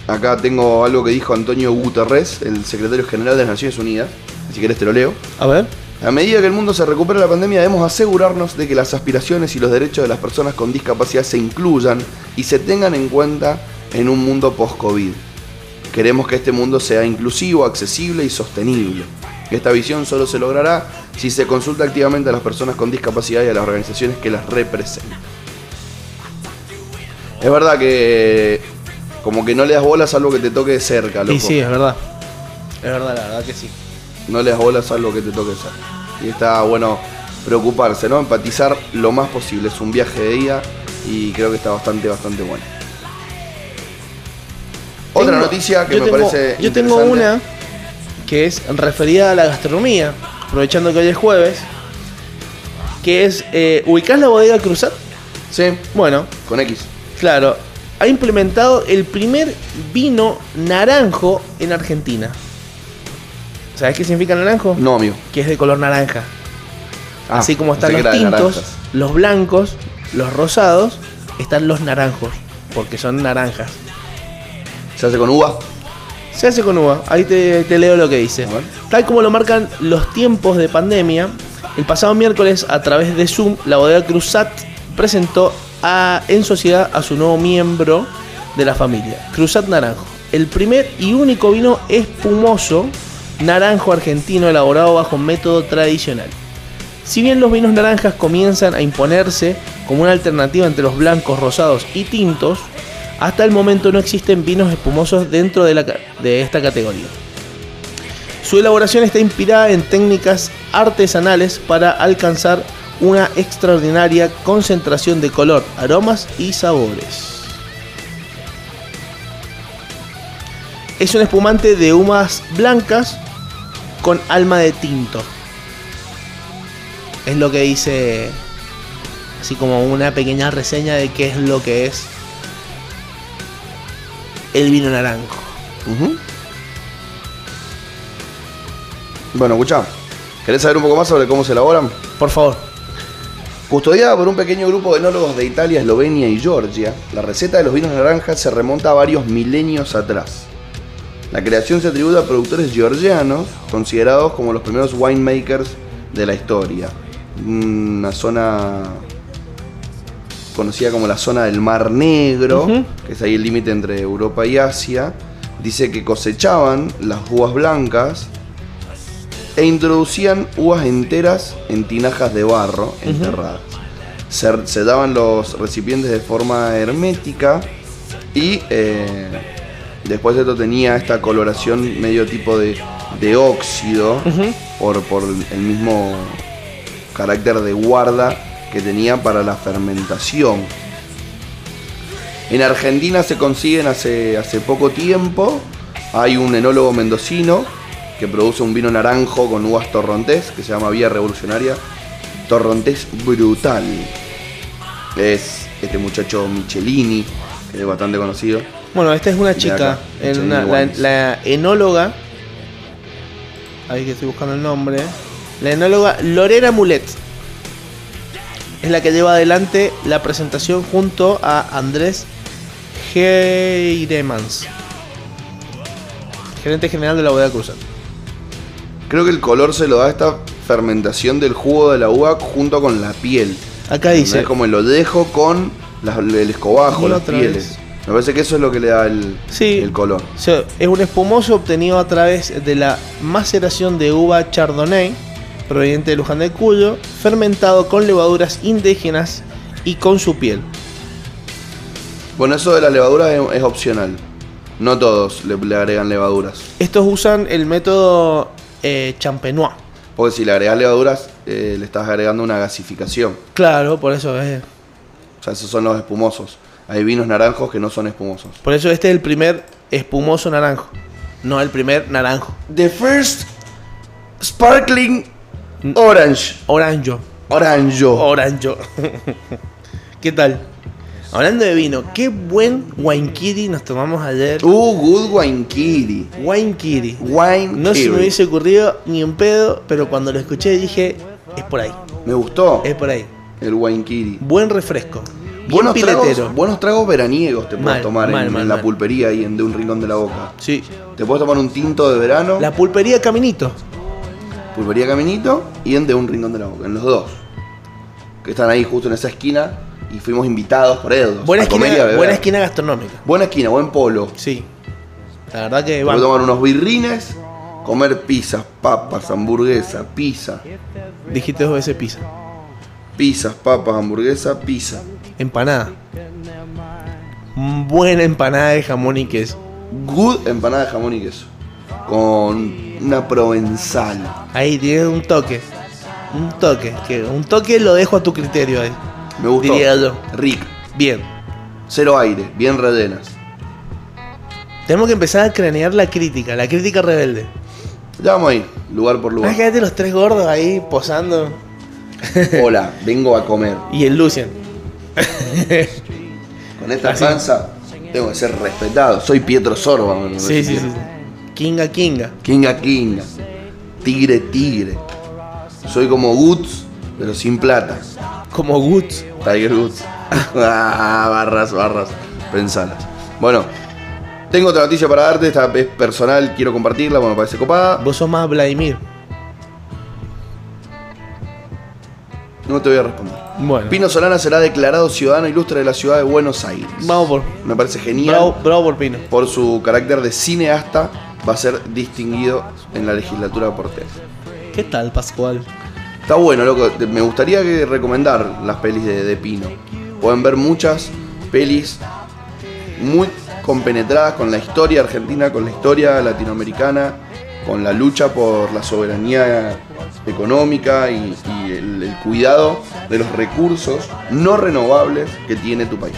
Speaker 1: Acá tengo algo que dijo Antonio Guterres, el secretario general de las Naciones Unidas, si querés te lo leo.
Speaker 2: A ver.
Speaker 1: A medida que el mundo se recupera de la pandemia, debemos asegurarnos de que las aspiraciones y los derechos de las personas con discapacidad se incluyan y se tengan en cuenta en un mundo post-COVID. Queremos que este mundo sea inclusivo, accesible y sostenible. Esta visión solo se logrará si se consulta activamente a las personas con discapacidad y a las organizaciones que las representan. Es verdad que como que no le das bolas a algo que te toque de cerca, loco.
Speaker 2: Y sí, es verdad. Es verdad, la verdad que sí.
Speaker 1: No le das bolas a lo que te toque hacer. Y está bueno preocuparse, ¿no? Empatizar lo más posible. Es un viaje de día y creo que está bastante, bastante bueno. Otra
Speaker 2: Tengo-
Speaker 1: noticia que
Speaker 2: yo
Speaker 1: me
Speaker 2: tengo-
Speaker 1: parece.
Speaker 2: Yo tengo
Speaker 1: interesante.
Speaker 2: una que es referida a la gastronomía, aprovechando que hoy es jueves, que es, eh, ¿ubicás la bodega Cruzat?
Speaker 1: Sí,
Speaker 2: Bueno,
Speaker 1: con X.
Speaker 2: claro, ha implementado el primer vino naranjo en Argentina. ¿Sabés qué significa naranjo?
Speaker 1: No, amigo.
Speaker 2: Que es de color naranja.
Speaker 1: Ah,
Speaker 2: Así como están
Speaker 1: pensé
Speaker 2: los
Speaker 1: que era de
Speaker 2: tintos,
Speaker 1: naranjas.
Speaker 2: los blancos, los rosados, están los naranjos, porque son naranjas.
Speaker 1: Se hace con uva.
Speaker 2: Se hace con uva. Ahí te, te leo lo que dice.
Speaker 1: A ver.
Speaker 2: Tal como lo marcan los tiempos de pandemia, el pasado miércoles a través de Zoom, la bodega Cruzat presentó a- en sociedad a su nuevo miembro de la familia, Cruzat Naranjo. El primer y único vino espumoso naranjo argentino elaborado bajo método tradicional. Si bien los vinos naranjas comienzan a imponerse como una alternativa entre los blancos, rosados y tintos, hasta el momento no existen vinos espumosos dentro de, la ca- de esta categoría. Su elaboración está inspirada en técnicas artesanales para alcanzar una extraordinaria concentración de color, aromas y sabores. Es un espumante de humas blancas con alma de tinto. Es lo que dice así como una pequeña reseña de qué es lo que es el vino naranjo.
Speaker 1: Ujú. Bueno, escuchá. ¿Querés saber un poco más sobre cómo se elaboran?
Speaker 2: Por favor.
Speaker 1: Custodiada por un pequeño grupo de enólogos de Italia, Eslovenia y Georgia, la receta de los vinos naranjas se remonta a varios milenios atrás. La creación se atribuye a productores georgianos, considerados como los primeros winemakers de la historia. Una zona conocida como la zona del Mar Negro,
Speaker 2: Ujú.
Speaker 1: que es ahí el límite entre Europa y Asia. Dice que cosechaban las uvas blancas e introducían uvas enteras en tinajas de barro enterradas. Se, se daban los recipientes de forma hermética y eh, después esto tenía esta coloración medio tipo de, de óxido por, por el mismo carácter de guarda que tenía para la fermentación. En Argentina se consiguen hace, hace poco tiempo. Hay un enólogo mendocino que produce un vino naranjo con uvas torrontés que se llama Vía Revolucionaria. Torrontés brutal. Es este muchacho Michelini, que es bastante conocido.
Speaker 2: Bueno, esta es una
Speaker 1: De
Speaker 2: chica,
Speaker 1: acá,
Speaker 2: en
Speaker 1: Jenny
Speaker 2: una- la,
Speaker 1: Wands.
Speaker 2: la enóloga. Ahí que estoy buscando el nombre. La enóloga Lorena Mulet. Es la que lleva adelante la presentación junto a Andrés Geiremans, gerente general de la bodega Cruzat.
Speaker 1: Creo que el color se lo da esta fermentación del jugo de la uva junto con la piel.
Speaker 2: Acá dice.
Speaker 1: Es como lo dejo con las- el escobajo,
Speaker 2: Y
Speaker 1: las
Speaker 2: otra
Speaker 1: pieles.
Speaker 2: vez.
Speaker 1: Me parece que eso es lo que le da el,
Speaker 2: Sí.
Speaker 1: el color.
Speaker 2: O sea, es un espumoso obtenido a través de la maceración de uva chardonnay, proveniente de Luján del Cuyo, fermentado con levaduras indígenas y con su piel.
Speaker 1: Bueno, eso de las levaduras es, es opcional. No todos le, le agregan levaduras.
Speaker 2: Estos usan el método eh, champenois.
Speaker 1: Porque si le agregas levaduras, eh, le estás agregando una gasificación.
Speaker 2: Claro, por eso es.
Speaker 1: O sea, esos son los espumosos. Hay vinos naranjos que no son espumosos.
Speaker 2: Por eso este es el primer espumoso naranjo. No el primer naranjo.
Speaker 1: The first sparkling orange.
Speaker 2: Oranjo.
Speaker 1: Oranjo.
Speaker 2: Oranjo. <laughs> ¿Qué tal? Hablando de vino, qué buen wainkiri nos tomamos ayer.
Speaker 1: Uh, good wine kitty.
Speaker 2: Wainkiri.
Speaker 1: Wine
Speaker 2: No se me
Speaker 1: Kitty.
Speaker 2: hubiese ocurrido ni un pedo, pero cuando lo escuché dije, es por ahí,
Speaker 1: Me gustó
Speaker 2: es por ahí.
Speaker 1: el wine kitty.
Speaker 2: Buen refresco, bien
Speaker 1: Buenos
Speaker 2: piletero.
Speaker 1: tragos, buenos tragos veraniegos te puedes
Speaker 2: Mal,
Speaker 1: tomar en-
Speaker 2: mal,
Speaker 1: en,
Speaker 2: mal,
Speaker 1: la
Speaker 2: mal.
Speaker 1: pulpería y en de un rincón de la boca.
Speaker 2: Sí.
Speaker 1: Te puedes tomar un tinto de verano,
Speaker 2: La pulpería Caminito.
Speaker 1: pulpería caminito y en de un rincón de la boca, en los dos. Que están ahí justo en esa esquina y fuimos invitados por Edo.
Speaker 2: Buena
Speaker 1: a comer y a
Speaker 2: esquina,
Speaker 1: beber.
Speaker 2: buena esquina gastronómica.
Speaker 1: Buena esquina, buen polo.
Speaker 2: Sí. La verdad que
Speaker 1: Te puedes
Speaker 2: va.
Speaker 1: tomar unos birrines, comer pizzas, papas, hamburguesa, pizza,
Speaker 2: Dijiste dos veces pizza.
Speaker 1: pizzas, papas, hamburguesa, pizza.
Speaker 2: Empanada. Mm, Buena empanada de jamón y queso.
Speaker 1: Good empanada de jamón y queso. Con una provenzal.
Speaker 2: Ahí tienes un toque. Un toque. Que un toque lo dejo a tu criterio ahí.
Speaker 1: Me gustó.
Speaker 2: Diría yo.
Speaker 1: Rica.
Speaker 2: Bien.
Speaker 1: Cero aire, bien redenas.
Speaker 2: Tenemos que empezar a cranear la crítica, la crítica rebelde.
Speaker 1: Ya vamos a ir, lugar por lugar.
Speaker 2: Más que los tres gordos ahí posando.
Speaker 1: Hola, vengo a comer.
Speaker 2: Y el Lucian.
Speaker 1: Con esta
Speaker 2: Así.
Speaker 1: panza tengo que ser respetado. Soy Pietro Sorba. me
Speaker 2: Sí, sí,
Speaker 1: recibieron.
Speaker 2: sí. Kinga, kinga.
Speaker 1: Kinga Kinga. Tigre Tigre. Soy como Guts, pero sin plata.
Speaker 2: Como Guts.
Speaker 1: Tiger Woods. <laughs> Ah, barras, barras. Pensalas. Bueno, tengo otra noticia para darte. Esta es personal, quiero compartirla, bueno, me parece copada.
Speaker 2: Vos sos más Vladimir.
Speaker 1: No te voy a responder.
Speaker 2: Bueno.
Speaker 1: Pino Solana será declarado ciudadano ilustre de la ciudad de Buenos Aires.
Speaker 2: Vamos por.
Speaker 1: Me parece genial.
Speaker 2: Bravo, bravo por Pino.
Speaker 1: Por su carácter de cineasta, va a ser distinguido en la legislatura porteña.
Speaker 2: ¿Qué tal, Pascual?
Speaker 1: Está bueno, loco. Te- Me gustaría que recomendar las pelis de, de Pino. Pueden ver muchas pelis muy compenetradas con la historia argentina, con la historia latinoamericana, con la lucha por la soberanía económica y, y el, el cuidado de los recursos no renovables que tiene tu país.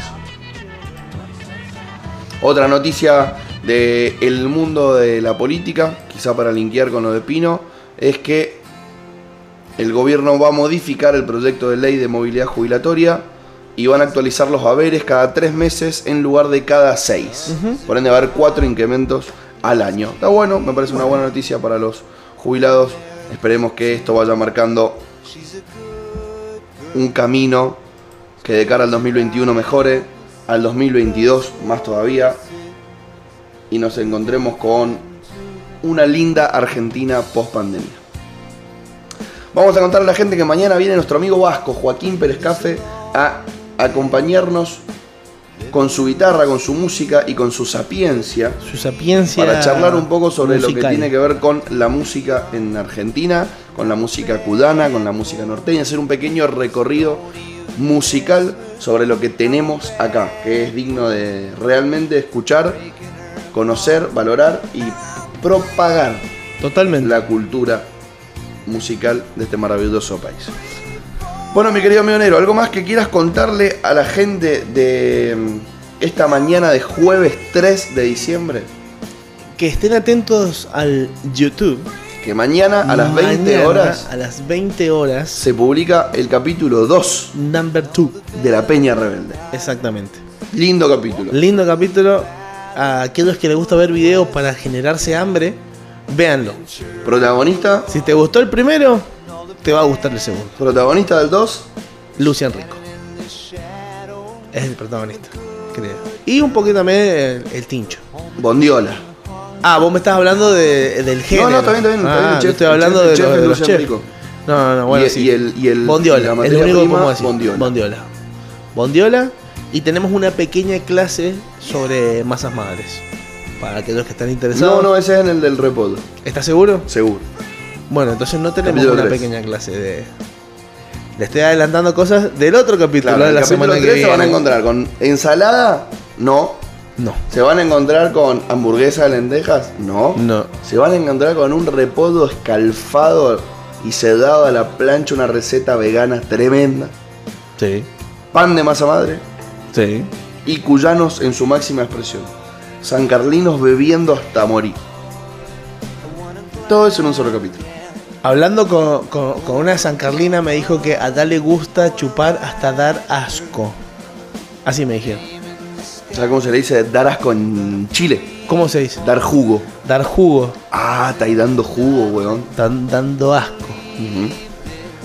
Speaker 1: Otra noticia del mundo de la política, quizá para linkear con lo de Pino, es que el gobierno va a modificar el proyecto de ley de movilidad jubilatoria y van a actualizar los haberes cada tres meses en lugar de cada seis. Por ende, va a haber cuatro incrementos al año. Está bueno, me parece una buena noticia para los jubilados. Esperemos que esto vaya marcando un camino que de cara al 2021 mejore, al 2022 más todavía, y nos encontremos con una linda Argentina post pandemia. Vamos a contar a la gente que mañana viene nuestro amigo vasco Joaquín Pérez Cafe a acompañarnos con su guitarra, con su música y con su sapiencia
Speaker 2: Su sapiencia.
Speaker 1: para charlar un poco sobre lo que
Speaker 2: musical.
Speaker 1: tiene que ver con la música en Argentina, con la música cudana, con la música norteña, hacer un pequeño recorrido musical sobre lo que tenemos acá, que es digno de realmente escuchar, conocer, valorar y propagar
Speaker 2: Totalmente.
Speaker 1: la cultura musical de este maravilloso país. Bueno, mi querido Mionero, ¿algo más que quieras contarle a la gente de mm, esta mañana de jueves 3 de diciembre?
Speaker 2: Que estén atentos al YouTube.
Speaker 1: Que mañana a las 20
Speaker 2: Mañana,
Speaker 1: horas
Speaker 2: A las 20 horas.
Speaker 1: se publica el capítulo 2
Speaker 2: Number 2.
Speaker 1: de La Peña Rebelde.
Speaker 2: Exactamente.
Speaker 1: Lindo capítulo.
Speaker 2: Lindo capítulo. A aquellos que les gusta ver videos para generarse hambre, véanlo.
Speaker 1: Protagonista,
Speaker 2: Si te gustó el primero, te va a gustar el segundo.
Speaker 1: protagonista del 2,
Speaker 2: Lucian Rico. Es el protagonista, creo. Y un poquito también el, el tincho.
Speaker 1: Bondiola.
Speaker 2: Ah, vos me estás hablando de- del género.
Speaker 1: no, está bien, está bien, está bien, el
Speaker 2: Ah, yo
Speaker 1: chef-
Speaker 2: estoy
Speaker 1: el
Speaker 2: hablando
Speaker 1: chef- el
Speaker 2: de,
Speaker 1: chef
Speaker 2: los-
Speaker 1: es
Speaker 2: de los
Speaker 1: Lucian
Speaker 2: chefs.
Speaker 1: Rico.
Speaker 2: No, no, bueno,
Speaker 1: Y-
Speaker 2: sí.
Speaker 1: y el- y el- y la
Speaker 2: Bondiola, es
Speaker 1: materia
Speaker 2: lo único que
Speaker 1: prima,
Speaker 2: podemos decir.
Speaker 1: bondiola.
Speaker 2: Bondiola. Bondiola. Y tenemos una pequeña clase sobre masas madres. Para aquellos que están
Speaker 1: No,
Speaker 2: interesados.
Speaker 1: no, eh. ese es en el del repodo,
Speaker 2: ¿Estás seguro?
Speaker 1: seguro.
Speaker 2: Bueno, entonces no tenemos
Speaker 1: Capítulo
Speaker 2: una
Speaker 1: tres.
Speaker 2: pequeña clase de. Le estoy adelantando cosas del otro capítulo
Speaker 1: Claro,
Speaker 2: de
Speaker 1: en el
Speaker 2: la
Speaker 1: capítulo
Speaker 2: semana que
Speaker 1: 3
Speaker 2: viene.
Speaker 1: se van a encontrar con ensalada, no.
Speaker 2: No,
Speaker 1: Se van a encontrar con hamburguesa de lentejas, no.
Speaker 2: no.
Speaker 1: Se van a encontrar con un repodo escalfado y sedado a la plancha, una receta vegana tremenda.
Speaker 2: Sí,
Speaker 1: Pan de masa madre,
Speaker 2: sí.
Speaker 1: y cuyanos en su máxima expresión. San Carlinos bebiendo hasta morir. Todo eso en un solo capítulo.
Speaker 2: Hablando con, con- con una sancarlina me dijo que a tal le gusta chupar hasta dar asco. Así me dijeron.
Speaker 1: ¿Sabes cómo se le dice? Dar asco en Chile.
Speaker 2: ¿Cómo se dice?
Speaker 1: Dar jugo.
Speaker 2: Dar jugo.
Speaker 1: Ah, está ahí dando jugo, weón.
Speaker 2: Están dando asco.
Speaker 1: Ujú.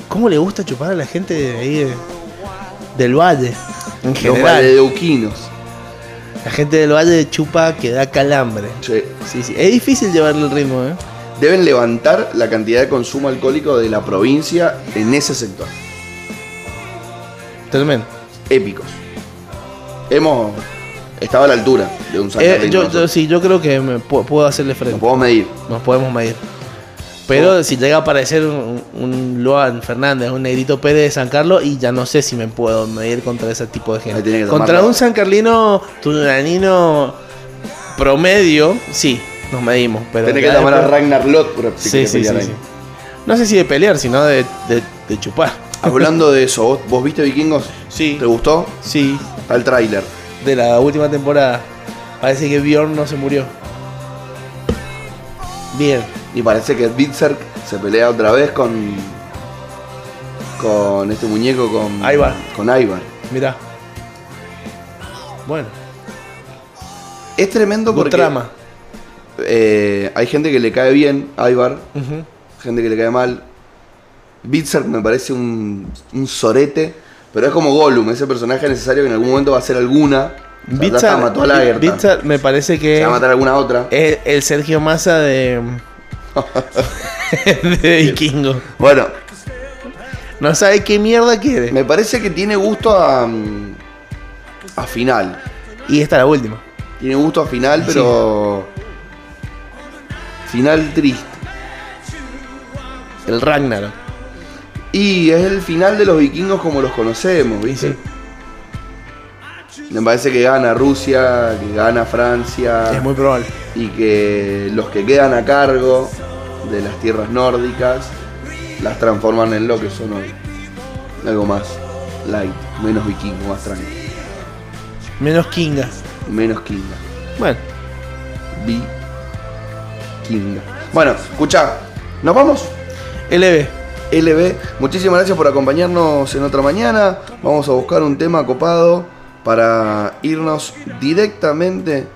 Speaker 2: ¿Cómo le gusta chupar a la gente de ahí de- del valle? En
Speaker 1: Los
Speaker 2: general.
Speaker 1: valedeuquinos.
Speaker 2: La gente del valle chupa que da calambre.
Speaker 1: Sí.
Speaker 2: Sí, sí. Es difícil llevarle el ritmo, ¿eh?
Speaker 1: Deben levantar la cantidad de consumo alcohólico de la provincia en ese sector.
Speaker 2: Tremendo.
Speaker 1: Épicos. Hemos estado a la altura de un San
Speaker 2: Eh,
Speaker 1: Carlino
Speaker 2: yo, yo-
Speaker 1: nosotros.
Speaker 2: sí, yo creo que me pu- puedo hacerle
Speaker 1: Nos
Speaker 2: frente.
Speaker 1: podemos medir.
Speaker 2: Nos podemos medir. Pero
Speaker 1: Oh.
Speaker 2: si llega a aparecer un, un Luan Fernández, un Negrito Pérez de San Carlos, y ya no sé si me puedo medir contra ese tipo de
Speaker 1: Ahí tiene que
Speaker 2: gente. Contra
Speaker 1: tomarla.
Speaker 2: un San Carlino tunanino promedio, sí, nos medimos. Pero
Speaker 1: Tiene que
Speaker 2: ya
Speaker 1: llamar a
Speaker 2: después-
Speaker 1: Ragnar Lott para si
Speaker 2: Sí,
Speaker 1: quiere
Speaker 2: sí, sí,
Speaker 1: pelear
Speaker 2: sí.
Speaker 1: ahí.
Speaker 2: No sé si de pelear, sino de, de- de chupar.
Speaker 1: <laughs>
Speaker 2: <laughs>
Speaker 1: Hablando de eso, ¿vos, vos viste Vikingos?
Speaker 2: Sí.
Speaker 1: ¿Te gustó?
Speaker 2: Sí,
Speaker 1: Está el tráiler.
Speaker 2: de la última temporada. Parece que Bjorn no se murió. Bien.
Speaker 1: Y parece que Bitzer se pelea otra vez con. con este muñeco, con.
Speaker 2: Ivar.
Speaker 1: Con Ivar.
Speaker 2: Mirá. Bueno,
Speaker 1: Es tremendo
Speaker 2: con
Speaker 1: porque.
Speaker 2: trama.
Speaker 1: eh, hay gente que le cae bien, Ivar.
Speaker 2: Ujú.
Speaker 1: Gente que le cae mal. Bitzer me parece un. un sorete. Pero es como Gollum, ese personaje necesario que en algún momento va a ser alguna. O sea, ya
Speaker 2: Bichar-
Speaker 1: está, mató a Lagertha.
Speaker 2: Bichar me parece
Speaker 1: Se
Speaker 2: que
Speaker 1: va a matar a alguna otra.
Speaker 2: es el Sergio Massa de.
Speaker 1: <laughs>
Speaker 2: de Vikingo.
Speaker 1: Bueno,
Speaker 2: No sabe qué mierda quiere.
Speaker 1: me parece que tiene gusto a. mm, a final.
Speaker 2: Y esta es la última.
Speaker 1: Tiene gusto a final, pero. Final triste.
Speaker 2: El Ragnarok.
Speaker 1: Y es el final de los vikingos como los conocemos, ¿viste? Me parece que gana Rusia, que gana Francia
Speaker 2: Es muy probable.
Speaker 1: y que los que quedan a cargo de las tierras nórdicas las transforman en lo que son hoy. Algo más light, menos vikingo, más tranquilo,
Speaker 2: Menos Kinga.
Speaker 1: menos kinga.
Speaker 2: Bueno,
Speaker 1: Vikinga. Bueno, escuchá, ¿nos vamos?
Speaker 2: LB.
Speaker 1: LB. Muchísimas gracias por acompañarnos en otra mañana. Vamos a buscar un tema copado para irnos directamente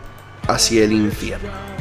Speaker 1: hacia el infierno.